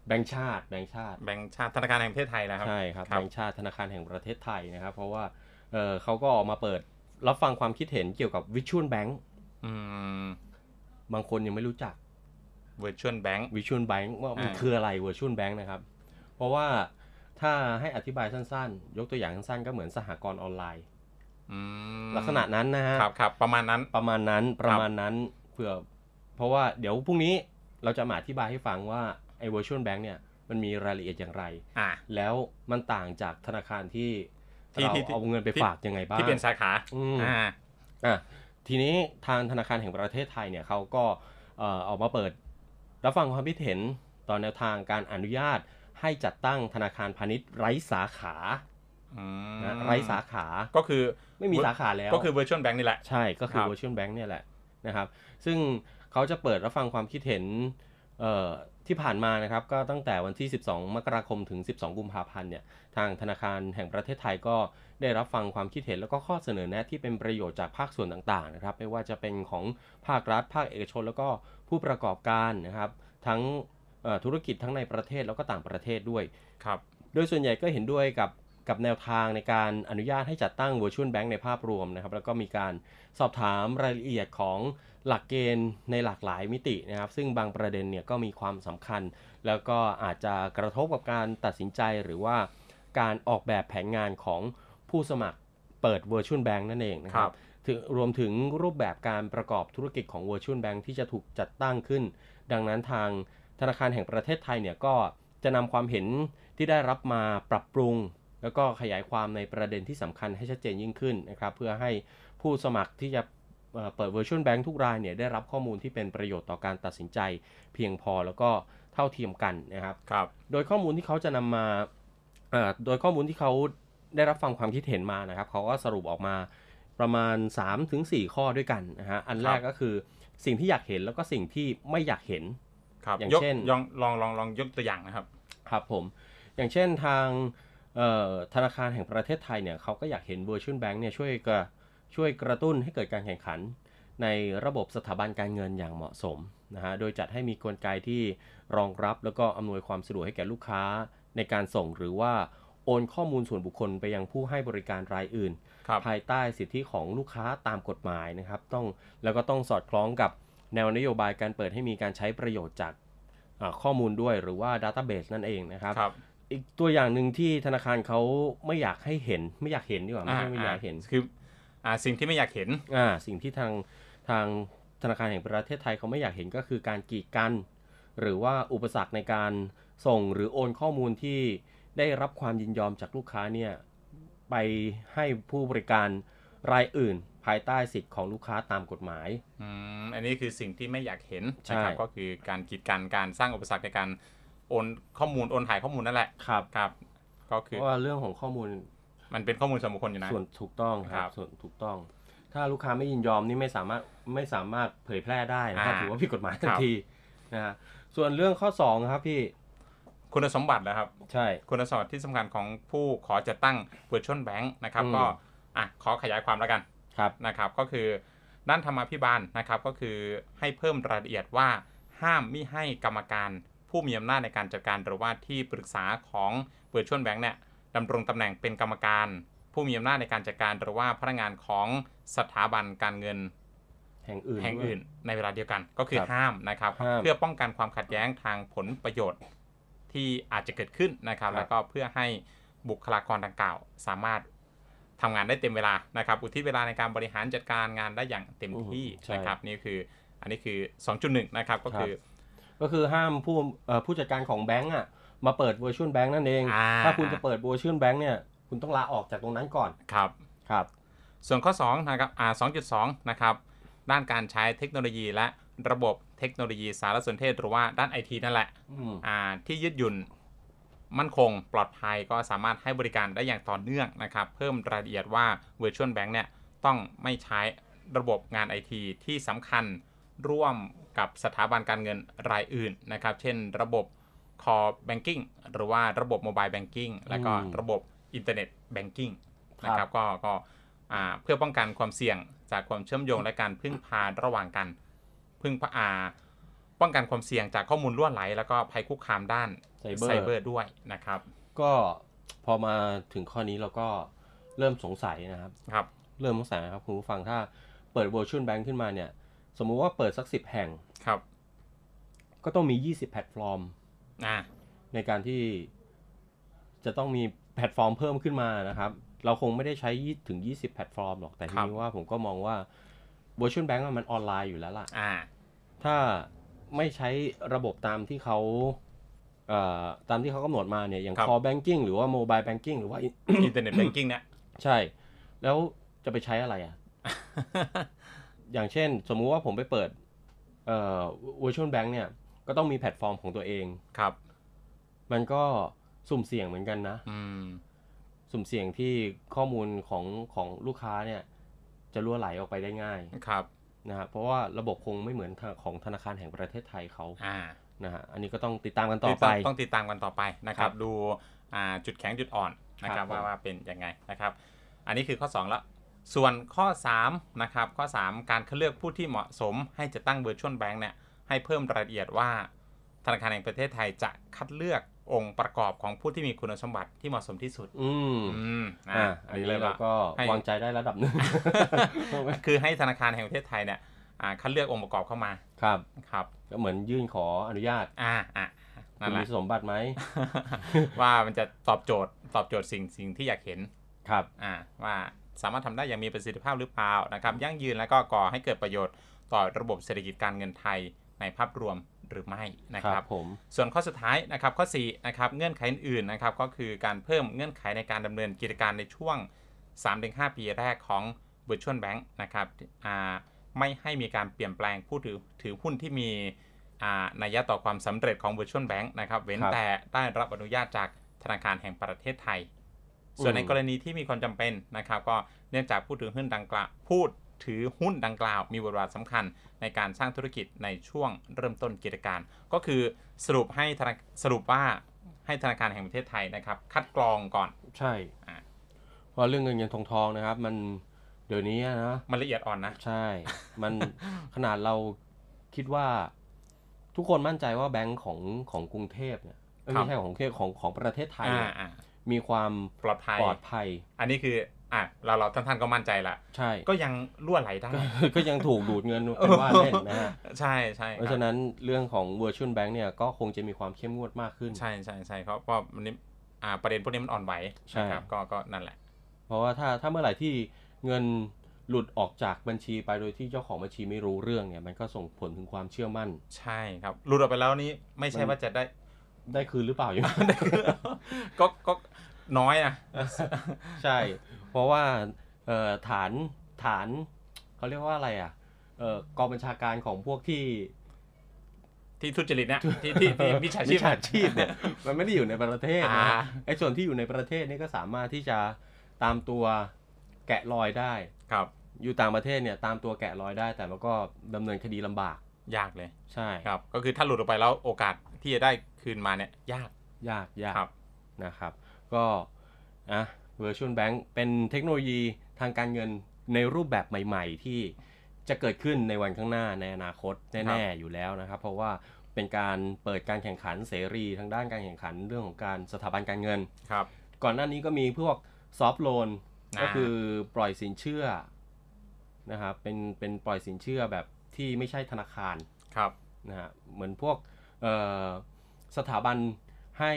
C: แบงค์ชาติแบงค์ชาติ
D: แบงก์ชาติธนาคารแห่งประเทศไทยนะครับ
C: ใช่ครับ
D: ครั
C: แบงค์ชาติธนาคารแห่งประเทศไทยนะครับ เพราะว่าเอ่อเขาก็ออกมาเปิดรับฟังความคิดเห็นเกี่ยวกับวิชวลแบงค์
D: อืม
C: บางคนยังไม่รู้จัก
D: virtual bank
C: วิชวลแบงค์ว่ามัน
D: อ่า
C: คืออะไรวิชวลแบงค์นะครับ เพราะว่าถ้าให้อธิบายสั้นๆ ยกตัวอย่างสั้นๆ ก็เหมือนสหกรณ์ออนไลน์
D: อืม
C: ลักษณะนั้นนะฮะ
D: ครับครับประมาณนั้น
C: ประมาณนั้นประมาณนั้นเผื่อเพราะว่าเดี๋ยวพรุ่งนี้เราจะมาอธิบายให้ฟังว่าไอ้วิชวลแบงค์เนี่ยมันมีรายละเอียดอย่างไร
D: อ่า
C: แล้วมันต่างจากธนาคารที่
D: ที่
C: เรา
D: ที่
C: เอาเงินไปฝากยังไงบ้าง
D: ที่เป็นสาขา
C: อืม
D: อ่า
C: อ่ะทีนี้ทางธนาคารแห่งประเทศไทยเนี่ยเขาก็เอ่อออกมาเปิด รับฟังความคิดเห็นต่อแนวทางการอนุญาตให้จัดตั้งธนาคารพาณิชย์ไร้สาขา
D: อืม
C: นะไร้สาขา
D: ก็คือ
C: ไม่มีสาขาแล้ว
D: ก็คือ virtual bank นี่แหละ
C: ใช่ก็คือ
D: ครับ
C: virtual bank เนี่ยแหละนะครับ ซึ่งเขาจะเปิดรับฟังความคิดเห็น เอ่อที่ผ่านมานะครับก็ตั้งแต่วันที่ 12 มกราคมถึง 12 กุมภาพันธ์เนี่ยทางธนาคารแห่งประเทศไทยก็ได้รับฟังความคิดเห็นแล้วก็ข้อเสนอแนะที่เป็นประโยชน์จากภาคส่วนต่างๆนะครับไม่ว่าจะเป็นของภาครัฐ ภาคเอกชน แล้วก็ผู้ประกอบการนะครับทั้งเอ่อธุรกิจทั้งในประเทศแล้วก็ต่างประเทศด้วย
D: ครับ
C: โดยส่วนใหญ่ก็เห็นด้วยกับกับแนวทางในการอนุญาตให้จัดตั้ง Virtual Bank ในภาพรวมนะครับ แล้วก็มีการสอบถามรายละเอียดของหลักเกณฑ์ในหลากหลายมิตินะครับ ซึ่งบางประเด็นเนี่ยก็มีความสำคัญ แล้วก็อาจจะกระทบกับการตัดสินใจหรือว่าการออกแบบแผนงานของผู้สมัครเปิด Virtual Bank นั่นเองนะครั
D: ครับ บ
C: ถึงรวมถึงรูปแบบการประกอบธุรกิจของ Virtual Bank ที่จะถูกจัดตั้งขึ้น ดังนั้นทางธนาคารแห่งประเทศไทยเนี่ยก็จะนำความเห็นที่ได้รับมาปรับปรุง แล้วก็ขยายความในประเด็นที่สำคัญให้ชัดเจนยิ่งขึ้นนะครับ เพื่อให้ผู้สมัครที่จะเอ่อเปิด Virtual Bank ทุกรายเนี่ยได้รับข้อมูลที่เป็นประโยชน์ต่อการตัดสินใจ เพียงพอแล้วก็เท่าเทียมกันนะครับ
D: ครับ
C: โดยข้อมูลที่เขาจะนำมาเอ่อโดยข้อมูลที่เขาได้รับฟังความคิดเห็นมานะครับ เขาก็สรุปออกมาประมาณ 3-4 ข้อด้วยกันนะฮะ อันแรก
D: ครับ
C: ก็คือสิ่งที่อยากเห็นแล้วก็สิ่งที่ไม่อยากเห็น
D: ครับ
C: อย่าง
D: ยก
C: เช่น
D: ยองลองลองลองยกตัวอย่างนะครับ
C: ครับผม อย่างเช่นทางเอ่อธนาคารแห่งประเทศไทยเนี่ยเขาก็อยากเห็น Virtual Bank เนี่ยช่วยกระช่วยกระตุ้นให้เกิดการแข่งขัน ในระบบสถาบันการเงินอย่างเหมาะสมนะฮะ โดยจัดให้มีกลไกที่รองรับแล้วก็อำนวยความสะดวกให้แก่ลูกค้าในการส่งหรือว่าโอนข้อมูลส่วนบุคคลไปยังผู้ให้บริการรายอื่น
D: ครับ
C: ภายใต้สิทธิของลูกค้าตามกฎหมายนะครับต้องแล้วก็ต้องสอดคล้องกับแนวนโยบายการเปิดให้มีการใช้ประโยชน์จากอ่าข้อมูลด้วยหรือว่าดัตต้าเบสนั่นเองนะครับ
D: ครับ
C: อีกตัวอย่างหนึ่งที่ธนาคารเขาไม่อยากให้เห็นไม่อยากเห็นดีกว่าไม่
D: า
C: ใช่ไม่อยากเห็น
D: คืออ่าสิ่งที่ไม่อยากเห็น
C: อ่าสิ่งที่ทางทางธนาคารแห่งประเทศไทยเขาไม่อยากเห็นก็คือการกีดกัน หรือว่าอุปสรรคในการส่งหรือโอนข้อมูลที่ได้รับความยินยอมจากลูกค้าเนี่ยไปให้ผู้บริการรายอื่น ภายใต้สิทธิ์ของลูกค้าตามกฎหมาย
D: อืมอันนี้คือสิ่งที่ไม่อยากเห็น
C: ใช่
D: นะครับก็คือการกีดกันการสร้างอุปสรรคในการโอนข้อมูลโอนถ่ายข้อมูลนั่นแหละ
C: ครับ
D: ครับ ก็
C: เพ
D: คือ
C: ราะว่าเรื่องของข้อมูล
D: มันเป็นข้อมูลส่วนบุคคลอยู่นะ
C: ส่วนถูกต้องค
D: ครั
C: รับบ ส่วนถูกต้อง ถ้าลูกค้าไม่ยินยอมนี่ไม่สามารถไม่สามารถเผยแพร่ได้นะครับ
D: อ่า
C: ถือว่าผิดกฎหมายทั
D: คน รับ
C: ทีนะฮะส่วนเรื่องข้อ2ครับพี่
D: คุณสมบัตินะครับ
C: ใช่
D: คุณสมบัติที่สำคัญของผู้ขอจัดตั้ง Virtual Bank นะครับ
C: อืม
D: ก็อ่ะขอขยายความแล้วกัน
C: ครับ
D: นะครับก็คือด้านธรรมาภิบาลนะครับก็คือให้เพิ่มรายละเอียดว่าห้ามมิให้กรรมการผู้มีอำนาจในการจัดการหรือว่าที่ปรึกษาของเปิดชวนแบงค์เนี่ยดำรงตำแหน่งเป็นกรรมการ ผู้มีอำนาจในการจัดการหรือว่าพนักงานของสถาบันการเงิน
C: แห่งอื่น
D: แห่ง
C: ด้วย
D: อื่น ในเวลาเดียวกันก็คือ
C: ครับ
D: ห้ามนะครับ
C: ห้าม
D: เพื่อป้องกันความขัดแย้งทางผลประโยชน์ที่อาจจะเกิดขึ้นนะครับ
C: ครับ
D: แล้วก็เพื่อให้บุคลากรดังกล่าว สามารถทำงานได้เต็มเวลานะครับ อุทิศเวลาในการบริหารจัดการงานได้อย่างเต็มที่
C: อืมใช่
D: นะครับนี่คืออันนี้คือ 2.1 นะครับก็
C: ครับ
D: คือ
C: ก็คือห้ามผู้เอ่อผู้จัดการของแบงก์อ่ะมาเปิดเวอร์ชวลแบงก์นั่นเอง
D: อ่า
C: ถ้าคุณจะเปิดเวอร์ชวลแบงก์เนี่ยคุณต้องลาออกจากตรงนั้นก่อน
D: ครับ
C: ครับ
D: ส่วนข้อ2นะครับอ่า2.2 นะครับ ด้านการใช้เทคโนโลยีและระบบเทคโนโลยีสารสนเทศหรือว่าด้านไอทีนั่นแหละ
C: อืม
D: อ่าที่ยืดหยุ่นมั่นคงปลอดภัยก็สามารถให้บริการได้อย่างต่อเนื่องนะครับ เพิ่มรายละเอียดว่า Virtual Bank เนี่ยต้องไม่ใช้ระบบงานไอทีที่สำคัญร่วมกับสถาบันการเงินรายอื่นนะครับ เช่นระบบ Core Banking หรือว่าระบบ Mobile Banking และก็
C: อืม
D: ระบบ Internet Banking
C: ครับ
D: นะครับก็ก็อ่าเพื่อป้องกันความเสี่ยงจากความเชื่อมโยงและการพึ่งพาระหว่างกัน พึ่งพาอ่าป้องกันความเสี่ยงจากข้อมูลล่วไหล แล้วก็ภัยคุกคามด้าน
C: Cyber
D: เบอร์ด้วยนะครับ
C: ก็พอมาถึงข้อนี้เราก็เริ่มสงสัยนะครับ
D: ครับ
C: เริ่มสงสัยนะครับคุณผู้ฟังถ้าเปิดเวอร์ชวลแบงก์ขึ้นมาเนี่ยสมมุติว่าเปิดสัก 10 แห่ง
D: ครับ
C: ก็ต้องมี 20 แพลตฟอร์ม
D: อ่า
C: ในการที่จะต้องมีแพลตฟอร์มเพิ่มขึ้นมานะครับ เราคงไม่ได้ใช้20ถึง 20 แพลตฟอร์มหรอก แต่ทีนี้ว่าผมก็มองว่า Virtual Bank อะมันออนไลน์อยู่แล้วล่ะ
D: อ่า
C: ถ้าไม่ใช้ระบบตามที่เขาเอ่อตามที่เขากำหนดมาเนี่ย อย่าง
D: ครับ
C: Core Banking หรือว่า Mobile Banking หรือว่า
D: อินเทอร์เน็ตแบงกิ้งเนี่ย
C: ใช่ แล้วจะไปใช้อะไรอ่ะ อย่างเช่น สมมุติว่าผมไปเปิดเอ่อ Virtual Bank เนี่ย ก็ต้องมีแพลตฟอร์มของตัวเอง
D: ครับ
C: มันก็สุ่มเสี่ยงเหมือนกันนะ
D: อืม
C: สุ่มเสี่ยงที่ข้อมูลของของลูกค้าเนี่ย จะรั่วไหลออกไปได้ง่าย
D: ครับ
C: นะครับเพราะว่าระบบคงไม่เหมือนทางของธนาคารแห่งประเทศไทยเขา
D: อ่า
C: นะฮะอันนี้ก็ต้องติดตามกันต่อไป
D: ที่ต้องติดตามกันต่อไปนะครั
C: ค
D: บ
C: รับ
D: ดูอ่าจุดแข็งจุดอ่อนนะค
C: ครั
D: รับบว่า
C: ผม
D: ว่าเป็นยังไงนะครับ อันนี้คือข้อ2ละส่วนข้อ3นะครับข้อ 3 การคัดเลือกผู้ที่เหมาะสม ให้จะตั้ง Virtual Bank เนี่ยให้เพิ่มรายละเอียดว่า ธนาคารแห่งประเทศไทยจะคัดเลือกองค์ประกอบของผู้ที่มีคุณสมบัติที่เหมาะสมที่สุด
C: อืม
D: อืม
C: อ่า
D: อ่า
C: อันนี้เราก็
D: ให้
C: วางใจได้ระดับหนึ่ง
D: คือให้ธนาค ารแห่งประเทศไทยเนี่ยอ่าคัดเลือกองค์ประกอบเข้ามา
C: ครับ
D: ครับ
C: ก็เหมือนยื่นขออนุญาต
D: อ่าอ่านั่นแห
C: มี
D: ละ
C: สมบัติไหม
D: ว่ามันจะตอบโจทย์ตอบโจทย์สิ่งสิ่งที่อยากเห็น
C: ครับ
D: อ่าว่าสามารถทำได้อย่างมีประสิทธิภาพหรือเปล่านะครับ ยั่งยืนแล้วก็ก่อให้เกิดประโยชน์ต่อระบบเศรษฐกิจการเงินไทยในภาพรวมหรือไม่นะ
C: ค
D: ค
C: รั
D: รั
C: บบ ผม
D: ส่วนข้อสุดท้ายนะครับข้อ4นะครับเงื่อนไขอื่นๆนะครับก็คือการเพิ่มเงื่อนไขในการดำเนินกิจการในช่วง 3-5 ปีแรกของ Virtual Bank นะครับอ่าไม่ให้มีการเปลี่ยนแปลงผู้ถือถือหุ้นที่มีอ่านัยต่อความสำเร็จของ Virtual Bank นะครับเว้น
C: ครับ
D: แต่ได้รับอนุญาตจากธนาคารแห่งประเทศไทย ส่วนใน
C: อืม
D: กรณีที่มีความจำเป็นนะครับก็เนื่องจากผู้ถือหุ้นดังกล่าวพูดถือหุ้นดังกล่าว มีบทบาทสำคัญ ในการสร้างธุรกิจในช่วงเริ่มต้นกิจการ ก็คือสรุปให้ธนาสรุปว่าให้ธนาคารแห่งประเทศไทยนะครับ คัดกรองก่อน
C: ใช่
D: อ่ะ
C: เพราะเรื่องเงินเงินทองทองนะครับ มันเดี๋ยวนี้นะ
D: มันละเอียดอ่อนนะ
C: ใช่ มัน ขนาดเราคิดว่า ทุกคนมั่นใจว่าแบงก์ของของกรุงเทพเนี่ยเอ้ย
D: ครับ
C: ไม่ใช่ของกรุงเทพของของประเทศไทย
D: อ่า
C: เนี่ย
D: อ่า
C: มีความ
D: ปลอดภัย
C: ปลอดภัย
D: อันนี้คืออ่ะเราเราท่านท่านๆก็มั่นใจละ
C: ใช่
D: ก็ยังรั่วไหลได้
C: ก็ก็ยังถูกดูด เงินเป็นว่าเล่นนะฮะ
D: ใช่ใช่
C: เพราะฉะนั้นเรื่องของ Virtual Bank เนี่ยก็คงจะมีความเข้มงวดมากขึ้น
D: ใช่ใช่ใช่ครับเพราะมันนี่อ่าประเด็นพวกนี้มันอ่อนไหว
C: ใช่
D: นะครับก็ก็นั่นแหละ
C: เพราะว่าถ้าถ้าเมื่อไหร่ที่เงินหลุดออกจากบัญชีไปโดยที่เจ้าของบัญชีไม่รู้เรื่องเนี่ย มันก็ส่งผลถึงความเชื่อมั่น
D: ใช่ครับหลุดออกไปแล้วนี่ไม่ใช่
C: มัน
D: ว่าจะได้
C: ได้คืนหรือเปล่าอยู่
D: ก็ก็น้อยอ่ะ
C: ใช่ เพราะว่าเอ่อฐานฐานเขาเรียกว่าอะไรอ่ะเอ่อกองบัญชาการของพวกที่
D: ที่ทุจริตเนี่ยที่ที่ที่มิจฉาชีพ
C: มิจฉชีพเนี่ย มันไม่ได้อยู่ในประเทศ
D: อ่า
C: นะไอ้ส่วนที่อยู่ในประเทศนี่ก็สามารถที่จะตามตัวแกะรอยได้
D: ครับ
C: อยู่ต่างประเทศเนี่ยตามตัวแกะรอยได้ แต่มันก็ดำเนินคดีลำบาก
D: ยากเลย
C: ใช่
D: ครับ ก็คือถ้าหลุดออกไปแล้วโอกาสที่จะได้คืนมาเนี่ยยาก
C: ยากยาก
D: ครับ
C: นะครับ ก็อ่ะ Virtual Bank เป็นเทคโนโลยีทางการเงินในรูปแบบใหม่ ๆ ที่จะเกิดขึ้นในวันข้างหน้าในอนาคต
D: ครั
C: แน่
D: บ
C: ๆอยู่แล้วนะครับ เพราะว่าเป็นการเปิดการแข่งขันเสรีทางด้านการแข่งขันเรื่องของการสถาบันการเงิน
D: ครับ
C: ก่อนหน้านี้ก็มีพวกซอฟ t ์โลน
D: อ่า
C: ก็คือปล่อยสินเชื่อนะครับเป็นเป็นปล่อยสินเชื่อแบบที่ไม่ใช่ธนาคาร
D: ครับ
C: นะฮะเหมือนพวกเอ่อสถาบันให้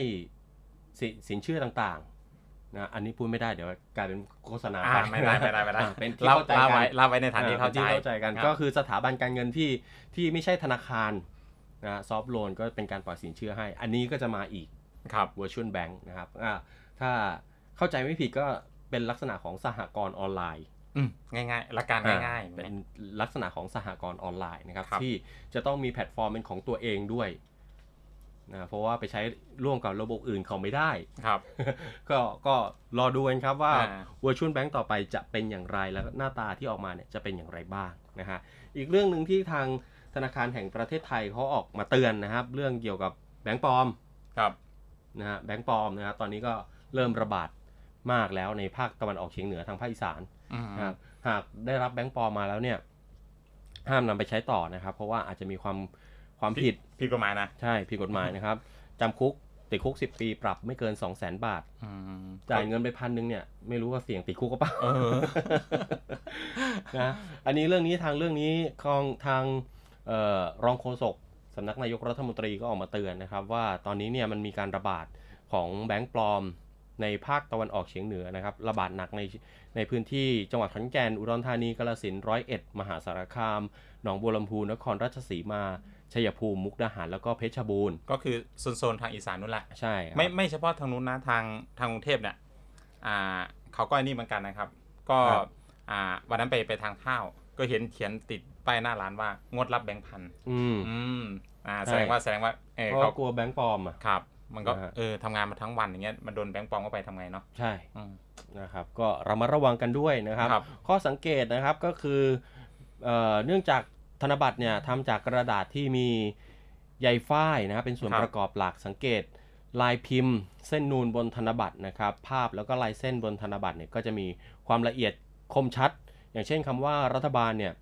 C: สสินเชื่อต่างๆนะอันนี้พูดไม่ได้เดี๋ยวกลายเป็นโฆษณา
D: อ่าไม่ได้ไม่ได้ไม่ได้
C: อ่าเป็นที่
D: เรา
C: เข้าใจ
D: เรา
C: กั
D: ไว้
C: น
D: เราไว้ในฐานที่
C: อ่
D: เข้าใจ
C: ป็ที่เข้าใจกัน
D: ครับ
C: ก็คือสถาบันการเงินที่ที่ไม่ใช่ธนาคารนะซอฟโลนก็เป็นการปล่อยสินเชื่อให้ อันนี้ก็จะมาอีก
D: ครับ
C: Virtual Bank นะครับอ่าถ้าเข้าใจไม่ผิดก็เป็นลักษณะของสหกรณ์ออนไลน์
D: อืมง่ายๆหลักการ
C: อ่
D: ง่าย
C: เป็นลักษณะของสหกรณ์ออนไลน์นะครับ
D: ครับ
C: ที่จะต้องมีแพลตฟอร์มเป็นของตัวเองด้วยนะเพราะว่าไปใช้ร่วมกับระบบอื่นเขาไม่ได้
D: ๆครับ
C: ก็ก็รอดูกันครับว่า
D: อ่า
C: Virtual Bank ต่อไปจะเป็นอย่างไรแล้วหน้าตาที่ออกมาเนี่ยจะเป็นอย่างไรบ้างนะฮะอีกเรื่องหนึ่งที่ทางธนาคารแห่งประเทศไทยเขาออกมาเตือนนะครับ เรื่องเกี่ยวกับแบงก์ปลอม
D: ครับ
C: นะฮะแบงก์ปลอมนะครับตอนนี้ก็เริ่มระบาดมากแล้วในภาคตะวันออกเฉียงเหนือทางภาคอีสาน
D: อืม
C: นะครับหากได้รับแบงค์ปลอมมาแล้วเนี่ย ห้ามนำไปใช้ต่อนะครับ เพราะว่าอาจจะมีความความผิด
D: ผิดกฎหมายนะ
C: ใช่ผิดกฎหมายนะครับจำคุกติดคุก 10 ปีปรับไม่เกิน 2 0 0 0 0 0 บาท
D: อืม
C: จ่ายเงินไปพันหนึ่งเนี่ย ไม่รู้ว่าเสี่ยงติดคุกก็เปล่า
D: เออ
C: นะอันนี้เรื่องนี้ทางเรื่องนี้ทางทางเอ่อรองโฆษกสำนักนายกรัฐมนตรีก็ออกมาเตือนนะครับ ว่าตอนนี้เนี่ยมันมีการระบาดของแบงค์ปลอมในภาคตะวันออกเฉียงเหนือนะครับ ระบาดหนักใน ในพื้นที่จังหวัดขอนแก่น อุดรธานีกาฬสินธุ์ร้อยเอ็ด มหาสารคาม หนองบัวลำพู นครราชสีมา ชัยภูมิ มุกดาหาร แล้วก็เพชรบูรณ์
D: ก็คือโซนๆทางอีสานนู่นแหละ
C: ใช่ครับ
D: ไม่ไม่เฉพาะทางนู้นนะทางทางกรุงเทพเนี่ยอ่าเขาก็ไอ้นี่เหมือนกันนะครับ ก็อ่าวันนั้นไปไปทางข้าว ก็เห็นเขียนติดป้ายหน้าร้านว่างดรับแบงค์พัน
C: อืม
D: อืมอ่า
C: ใช่
D: แสดงว่าแสดงว่าเออ
C: เพราะ
D: เขา
C: ว่ากลัวแบงค์ปลอมอ่ะ
D: ครับ มันก็
C: นะฮะ
D: เออทำงานมาทั้งวันอย่างเงี้ยมันโดนแบงค์ปลอมเข้าไปทำไงเนาะ
C: ใช่
D: อืม
C: นะครับ ก็ระมัดระวังกันด้วยนะครับ
D: ครับ
C: ข้อสังเกตนะครับก็คือเอ่อเนื่องจากธนบัตรเนี่ยทำจากกระดาษที่มี ใยฝ้ายนะเป็นส่วน
D: ครับ
C: ประกอบหลักสังเกต ลายพิมพ์ เส้นนูนบนธนบัตรนะครับ ภาพแล้วก็ลายเส้นบนธนบัตรเนี่ยก็จะมีความละเอียดคมชัด อย่างเช่นคำว่ารัฐบาลเนี่ย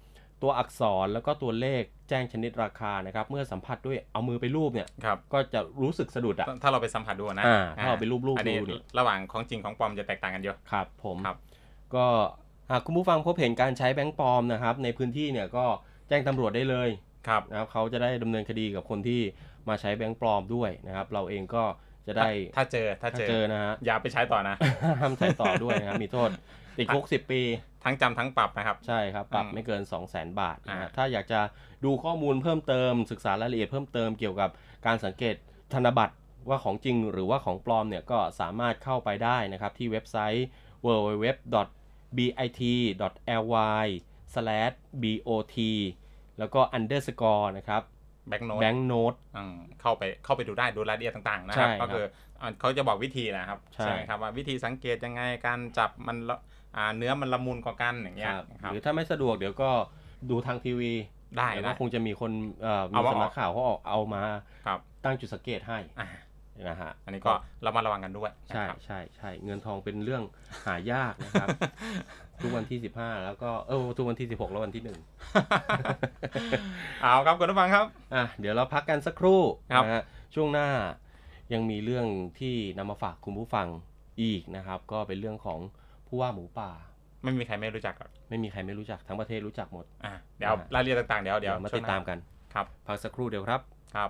C: ตัวอักษรแล้วก็ตัวเลขแจ้งชนิดราคานะครับ เมื่อสัมผัสด้วยเอามือไปรูปเนี่ย
D: ครับ
C: ก็จะรู้สึกสะดุดอ่ะ
D: ถ้าเราไปสัมผัสดูนะ
C: อ่าถ้าเราไปรูปๆ
D: อันนี้
C: ดูเนี่ย
D: ระหว่างของจริงของปลอมจะแตกต่างกันเยอะ
C: ครับผม
D: ครับ
C: ก็หากคุณผู้ฟังพบเห็นการใช้แบงค์ปลอมนะครับ ในพื้นที่เนี่ยก็แจ้งตำรวจได้เลย
D: ครับ
C: นะครับเขาจะได้ดำเนินคดีกับคนที่มาใช้แบงค์ปลอมด้วยนะครับ เราเองก็จะได้
D: ถ้าเจอถ้าเจอ
C: เจอนะฮ ะ
D: อย่าไปใช้ต่อนะ
C: ห้ามใช้ต่อด้วยนะครับ มีโทษติดคุก 10 ปี
D: ทั้งจำทั้งปรับนะครับ
C: ใช่ครับ ปรับ
D: อืม
C: ไม่เกิน 2 0 0 0 0 0 บาทนะฮะ
D: อ่า
C: ถ้าอยากจะดูข้อมูลเพิ่มเติม ศึกษารายละเอียดเพิ่มเติมเกี่ยวกับการสังเกตธนบัตรว่าของจริงหรือว่าของปลอมเนี่ยก็สามารถเข้าไปได้นะครับ ที่เว็บไซต์ www.bit.ly/bot แล้วก็ underscore นะครับ
D: แบงค์โน้ต
C: bank note
D: อืมเข้าไปเข้าไปดูได้ดูรายละเอียดต่างๆนะครับ
C: ใช่ครับ
D: ก็คืออ่าเขาจะบอกวิธีนะครับ
C: ใช่
D: ไหมครับว่าวิธีสังเกตยังไงการจับมันละอ่าเนื้อมันละมุนกว่ากันอย่างเงี้ย
C: ครับ
D: ครับ
C: หรือถ้าไม่สะดวกเดี๋ยวก็ดูทางทีวี
D: ได้
C: เดี๋ยว
D: ได้
C: ก็คงจะมีคนเอ่อมี
D: เอามา
C: สำนั
D: ออก
C: กข่าวเขาออกเอามา
D: ครับ
C: ตั้งจุดสังเกตให้
D: อ่า
C: นะฮะ
D: อันนี้ก็เรามาระวังกันด้วย
C: ใช่
D: นะครับ
C: ใช่ใช่เงินทองเป็นเรื่อง หายากนะครับ ทุกวันที่ 15 แล้วก็เออทุกวันที่ 16 แล้ววันที่
D: เอาครับ คุณผู้ฟังครับ
C: 1อ่ะเดี๋ยวเราพักกันสักครู่
D: ครับ
C: นะฮะช่วงหน้ายังมีเรื่องที่นำมาฝากคุณผู้ฟังอีกนะครับ ก็เป็นเรื่องของผู้ว่าหมูป่า
D: ไม่มีใครไม่รู้จักหรอก
C: ไม่มีใครไม่รู้จักทั้งประเทศรู้จักหมด
D: อ่ะเดี๋ยวรายละเอียดต่างๆเดี๋ยว
C: เดี๋
D: เดี๋
C: ย
D: ยว ว
C: มา
D: ช่
C: ติด
D: วงหน้
C: ตามกัน
D: ครับ
C: พักสักครู่เดียวครับ
D: ครับ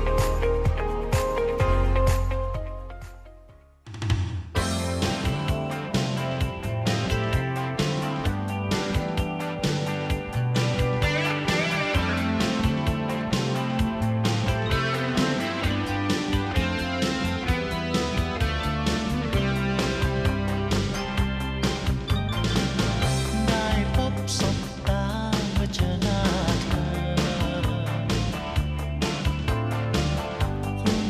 E: ได้พบสบตาเมื่อเจอหน้าเธอ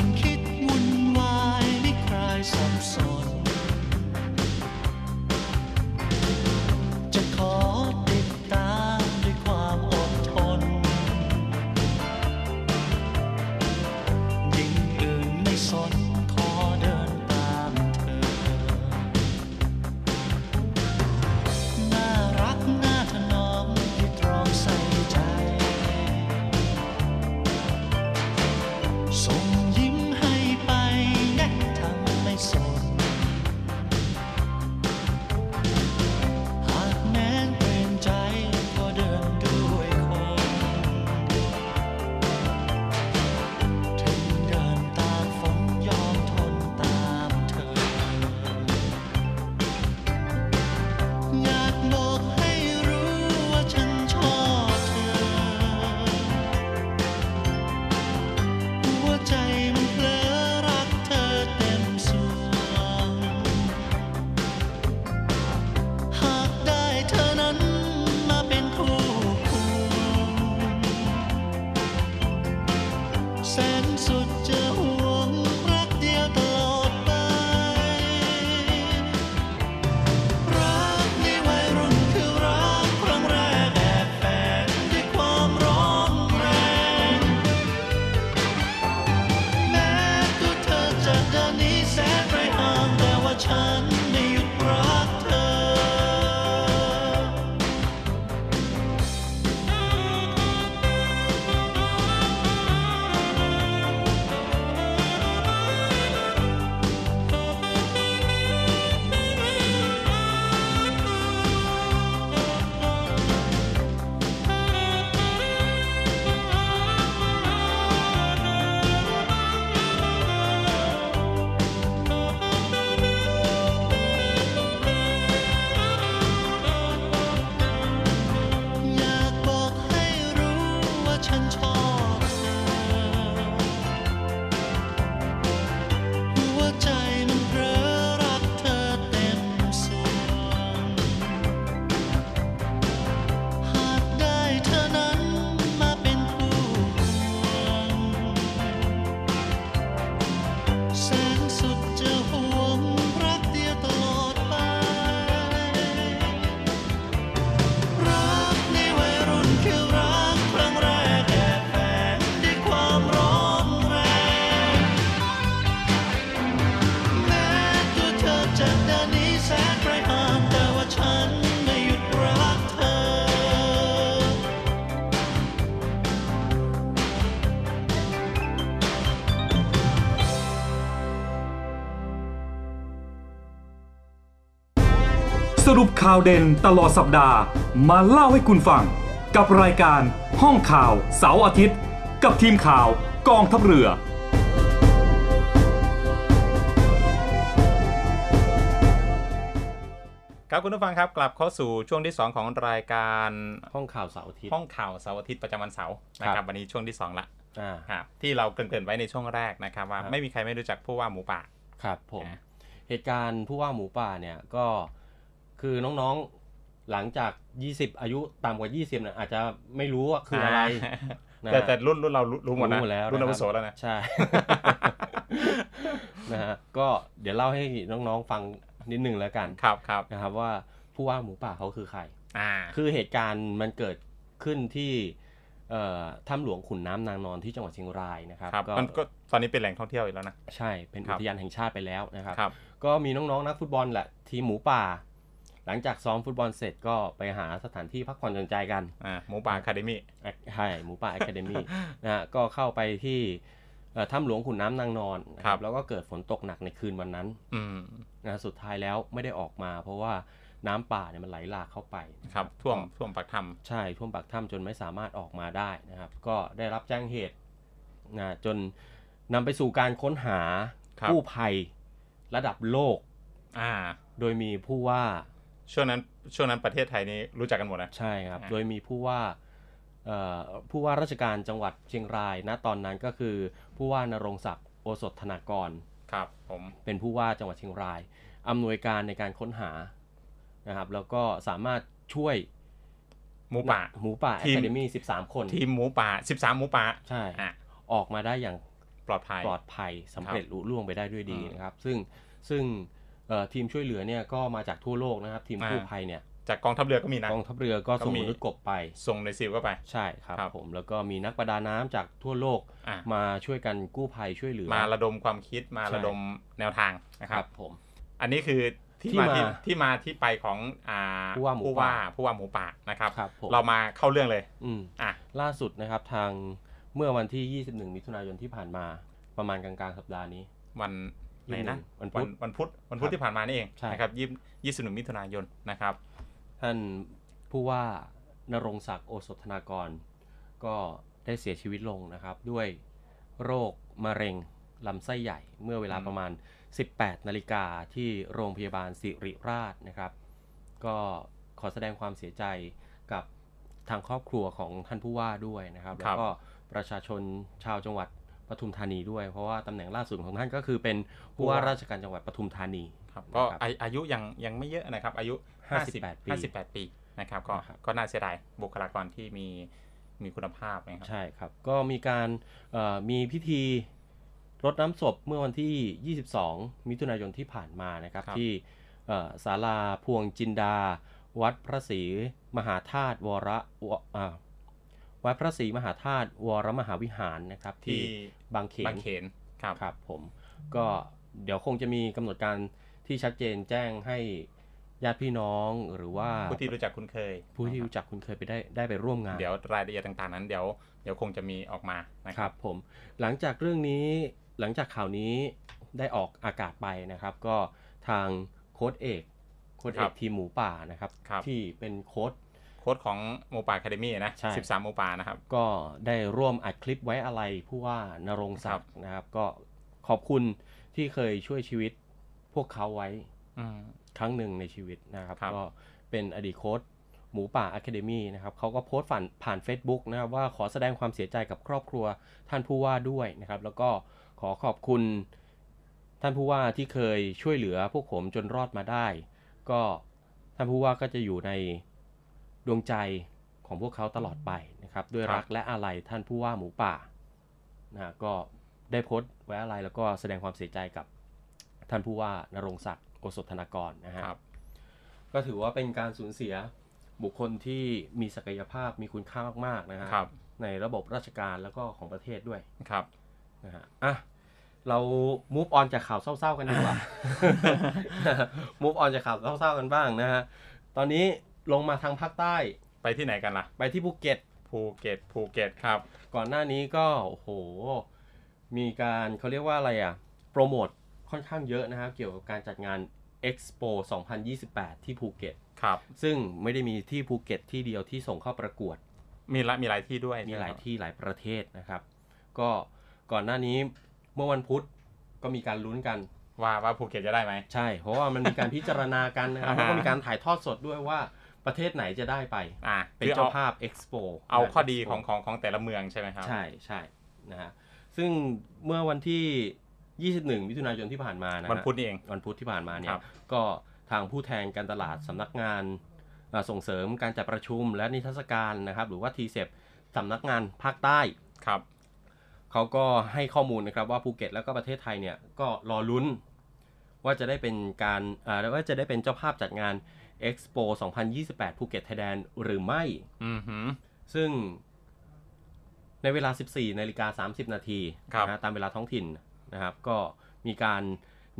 B: รุปข่าวเด่นตลอดสัปดาห์ มาเล่าให้คุณฟัง กับรายการห้องข่าวเสาร์อาทิตย์ กับทีมข่าวกองทัพเรือ
D: ครับคุณผู้ฟังครับกลับเข้าสู่ช่วงที่ 2 ของรายการ
C: ห้องข่าวเสาร์อาทิตย์
D: ห้องข่าวเสาร์อาทิตย์ประจำวันเสาร์นะค
C: ครั
D: รับบ วันนี้ช่วงที่สองละ
C: อ่า
D: ครับที่เราเกริ่นๆไว้ในช่วงแรกนะครับว่า
C: ครับ
D: ไม่มีใครไม่รู้จักผู้ว่าหมูป่า
C: ครับผม
D: นะ
C: เหตุการณ์ผู้ว่าหมูป่าเนี่ยก็คือน้องๆหลังจาก 20 อายุต่ำกว่า 20เนี่ยอาจจะไม่รู้ว่าคืออะไรนะ
D: แต่แต่รุ่นรุ่นเรารู้รู้หมดนะ
C: รู้แล้ว
D: รุ่นอาวุโส
C: คบ
D: แล้วนะ
C: ใช่ นะฮะก็เดี๋ยวเล่าให้น้องๆฟังนิดนึงแล้วกัน
D: ครับครับ
C: นะครับว่าผู้ว่าหมูป่าเขาคือใคร
D: อ่า
C: คือเหตุการณ์มันเกิดขึ้นที่เอ่อถ้ำหลวงขุนน้ำนางนอนที่จังหวัดเชียงรายนะครับ
D: ครับมันก็ตอนนี้เป็นแหล่งท่องเที่ยวอีกแล้วนะ
C: ใช่เป็น
D: ครั
C: อุ
D: บ
C: ทยานแห่งชาติไปแล้วนะครับ
D: ครับ
C: ก็มีน้องๆนักฟุตบอลแหละทีมหมูป่า หลังจากซ้อมฟุตบอลเสร็จก็ไปหาสถานที่พักผ่อนหย่อนใจกัน
D: อ่าหมูป่าคาเดมี่
C: ใช่หมูป่า Academy นะฮะก็เข้าไปที่เอ่อถ้ำหลวงขุนน้ำนางนอนนะค
D: ครั
C: รับบ แล้วก็เกิดฝนตกหนักในคืนวันนั้น
D: อืม
C: นะสุดท้ายแล้วไม่ได้ออกมา เพราะว่าน้ำป่าเนี่ยมันไหลหลากเข้าไป
D: ครับท่วมท่วมปากถ้
C: ใช่ท่วมปากถ้ำจนไม่สามารถออกมาได้นะครับ ก็ได้รับแจ้งเหตุนะจนนำไปสู่การค้นหาผู้ภัยระดับโลก
D: ำอ่า
C: โดยมีผู้ว่า
D: ช่วงนั้นช่วงนั้นประเทศไทยนี้รู้จักกันหมดนะ
C: ใช่ครับ
D: อ่า
C: โดยมีผู้ว่าเอ่อผู้ว่าราชการจังหวัดเชียงรายณตอนนั้นก็คือผู้ว่านรงศักดิ์โอสถธนากร
D: ครับ ผม
C: เป็นผู้ว่าจังหวัดเชียงรายอำนวยการในการค้นหานะครับ แล้วก็สามารถช่วย
D: หมูป่า
C: หมูป่า
D: ทีม
C: Academy 13 คน
D: ทีมหมูป่า 13 หมูป่า
C: ใช่
D: อ่ะ
C: ออกมาได้อย่าง
D: ปลอดภัย
C: ปลอดภัยสำเร็จลุล่วงไปได้ด้วยดี
D: อืม
C: นะครับ ซึ่งซึ่งเอ่อทีมช่วยเหลือเนี่ยก็มาจากทั่วโลกนะครับ ทีม
D: อ่า
C: กู้ภัยเนี่ย
D: จากกองทัพเรือก็มีนะ
C: กองทัพเรือก็ส่ง
D: ก็มี
C: มนุษย์กบไป
D: ส่งในอยซิลก็ไป
C: ใช่ครับ
D: ครับ
C: ผมแล้วก็มีนักประดาน้ำจากทั่วโลก
D: อ่ะ
C: มาช่วยกันกู้ภัยช่วยเหลือ
D: มาระดมความคิดมา
C: ใช่
D: ระดมแนวทางนะค
C: ค
D: รั
C: รับ บผม
D: อันนี้คือที่
C: ที่
D: มา
C: มา
D: ที่ที่มาที่ไปของอ่า
C: ผู้ว่าหมู
D: ผู้
C: ป่า
D: ว่าผู้ว่าหมูป่านะครับ
C: ครับผม
D: เรามาเข้าเรื่องเลย
C: อืม
D: อ่ะ
C: ล่าสุดนะครับทางเมื่อวันที่ 21 มิถุนายนที่ผ่านมาประมาณกลางๆสัปดาห์นี้
D: วันไหนนะ
C: วันพุธ
D: วันพุธวันพุธที่ผ่านมานี่เอง
C: ใช่
D: นะครับยี่ยี่สิบหนึ่งมิถุนายนนะครับ
C: ท่านผู้ว่านรงศักดิ์โอสถนากร ก็ได้เสียชีวิตลงนะครับ ด้วยโรคมะเร็งลำไส้ใหญ่ เมื่อเวลา
D: อืม
C: ประมาณ 18 นาฬิกาที่โรงพยาบาลสิริราชนะครับ ก็ขอแสดงความเสียใจกับทางครอบครัวของท่านผู้ว่าด้วยนะครับ แล้วก็ประชาชนชาวจังหวัดปทุมธานีด้วย เพราะว่าตำแหน่งล่าสุดของท่านก็คือเป็นผู้ว่าราชการจังหวัดปทุมธานี
D: ครับก็อาอายุยังยังไม่เยอะนะครับ อายุ
C: 58ปี
D: 58 ปีนะครับก็
C: ครับ
D: ก็น่าเสียดายบุคลากรที่มีมีคุณภาพนะครับ
C: ใช่ครับ ก็มีการเอ่อมีพิธีรดน้ำศพเมื่อวันที่ 22 มิถุนายนที่ผ่านมานะครับ
D: ครับ
C: ที่เอ่อศาลาพวงจินดา วัดพระศรีมหาธาตุวรวอ่าวัดพระศรีมหาธาตุวรมหาวิหารนะครับ ที่
D: ที่
C: บางเขน
D: บางเขนครับ
C: ครับผมก็เดี๋ยวคงจะมีกำหนดการที่ชัดเจนแจ้งให้ญาติพี่น้องหรือว่า
D: ผู้ที่รู้จักคุ้นเคย
C: ผู้ที่รู้จักคุณเคยไปได้ได้ไปร่วมงาน
D: เดี๋ยวรายละเอียดต่างๆนั้นเดี๋ยวเดี๋ยวคงจะมีออกมานะ
C: ค
D: ค
C: รั
D: รั
C: บบ ผมหลังจากเรื่องนี้หลังจากข่าวนี้ได้ออกอากาศไปนะครับ ก็ทางโค้ดเอกโค้ดเอ
D: ครั
C: ก
D: บ
C: ทีมหมูป่านะครับ
D: ครับ
C: ที่เป็นโค้ด
D: โค้ดของหมูป่าคาเดมี่นะ
C: ใช่
D: 13หมูป่านะครับ
C: ก็ได้ร่วมอัดคลิปไว้อะไรผู้ว่านรงศักดิ์นะครับ ก็ขอบคุณที่เคยช่วยชีวิตพวกเขาไว้
D: อืม
C: ครั้งหนึ่งในชีวิตนะครับ
D: ครับ
C: ก็เป็นอดีตโค้ดหมูป่าอะคาเดมีนะครับเขาก็โพสต์ผ่านผ่าน Facebook นะครับว่าขอแสดงความเสียใจกับครอบครัว ท่านผู้ว่าด้วยนะครับ แล้วก็ขอขอบคุณท่านผู้ว่าที่เคยช่วยเหลือพวกผมจนรอดมาได้ ก็ท่านผู้ว่าก็จะอยู่ในดวงใจของพวกเขาตลอดไปนะครับ ด้วยรักและอาลัยท่านผู้ว่าหมูป่านะก็ได้โพสต์ไว้อะไรแล้วก็แสดงความเสียใจกับท่านผู้ว่านรงศักดิ์โอสถธนากรนะฮะ
D: ครับ
C: ก็ถือว่าเป็นการสูญเสียบุคคลที่มีศักยภาพมีคุณค่ามากๆนะฮะ
D: ครับ
C: ในระบบราชการแล้วก็ของประเทศด้วย
D: ครับ
C: นะฮะ อ่ะ เรา move on จากข่าวเศร้าๆกันดีกว่า move on จากข่าวเศร้าๆกันบ้างนะฮะ ตอนนี้ลงมาทางภาคใต้
D: ไปที่ไหนกันล่ะ
C: ไปที่ภูเก็ต
D: ภูเก็ตภูเก็ตครับ
C: ก่อนหน้านี้ก็โอ้โห มีการเขาเรียกว่าอะไรอ่ะ โปรโมทค่อนข้างเยอะนะครับ เกี่ยวกับการจัดงาน Expo 2028 ที่ภูเก็ต
D: ครับ
C: ซึ่งไม่ได้มีที่ภูเก็ตที่เดียวที่ส่งเข้าประกวด
D: มีละมีหลายที่ด้วย
C: มีหลาย
D: ใช่ไครับ
C: ที่หลายประเทศนะครับ ก็ก่อนหน้านี้เมื่อวันพุธก็มีการลุ้นกัน
D: ว่าว่าภูเก็ตจะได้ไหม
C: ใช่ เพราะว่ามันมีการ พิจารณากันนะครับ
D: อ่าฮะ
C: แล้วก็มีการถ่ายทอดสดด้วยว่าประเทศไหนจะได้ไป
D: อ่ะ
C: เป็น
D: คือ
C: เจ้า
D: อ
C: ภาพ Expo
D: เอาข้อดี
C: นะ Expo
D: ของของของแต่ละเมืองใช่ไหมครับ
C: ใช่ใช่นะฮะซึ่งเมื่อวันที่ 21 มิถุนายนที่ผ่านมานะฮะ
D: วันพุธนี่เอง
C: วันพุธที่ผ่านมาเนี่
D: ค
C: ย
D: รับ
C: ก็ทางผู้แทนการตลาดสำนักงานเอ่อส่งเสริมการจัดประชุมและนิทรรศการนะครับ หรือว่าทีเซสำนักงานภาคใต้
D: ครับ
C: เขาก็ให้ข้อมูลนะครับว่าภูเก็ตแล้วก็ประเทศไทยเนี่ยก็รอลุ้น ว่าจะได้เป็นการอ่าว่าจะได้เป็นเจ้าภาพจัดงาน Expo 2028ภูเก็ตไทยแลนด์หรือไม่
D: อือหือ
C: ซึ่งในเวลา 14นาฬิกา30 นาที
D: ครับ
C: นะฮะตามเวลาท้องถิ่นนะครับ ก็มีการ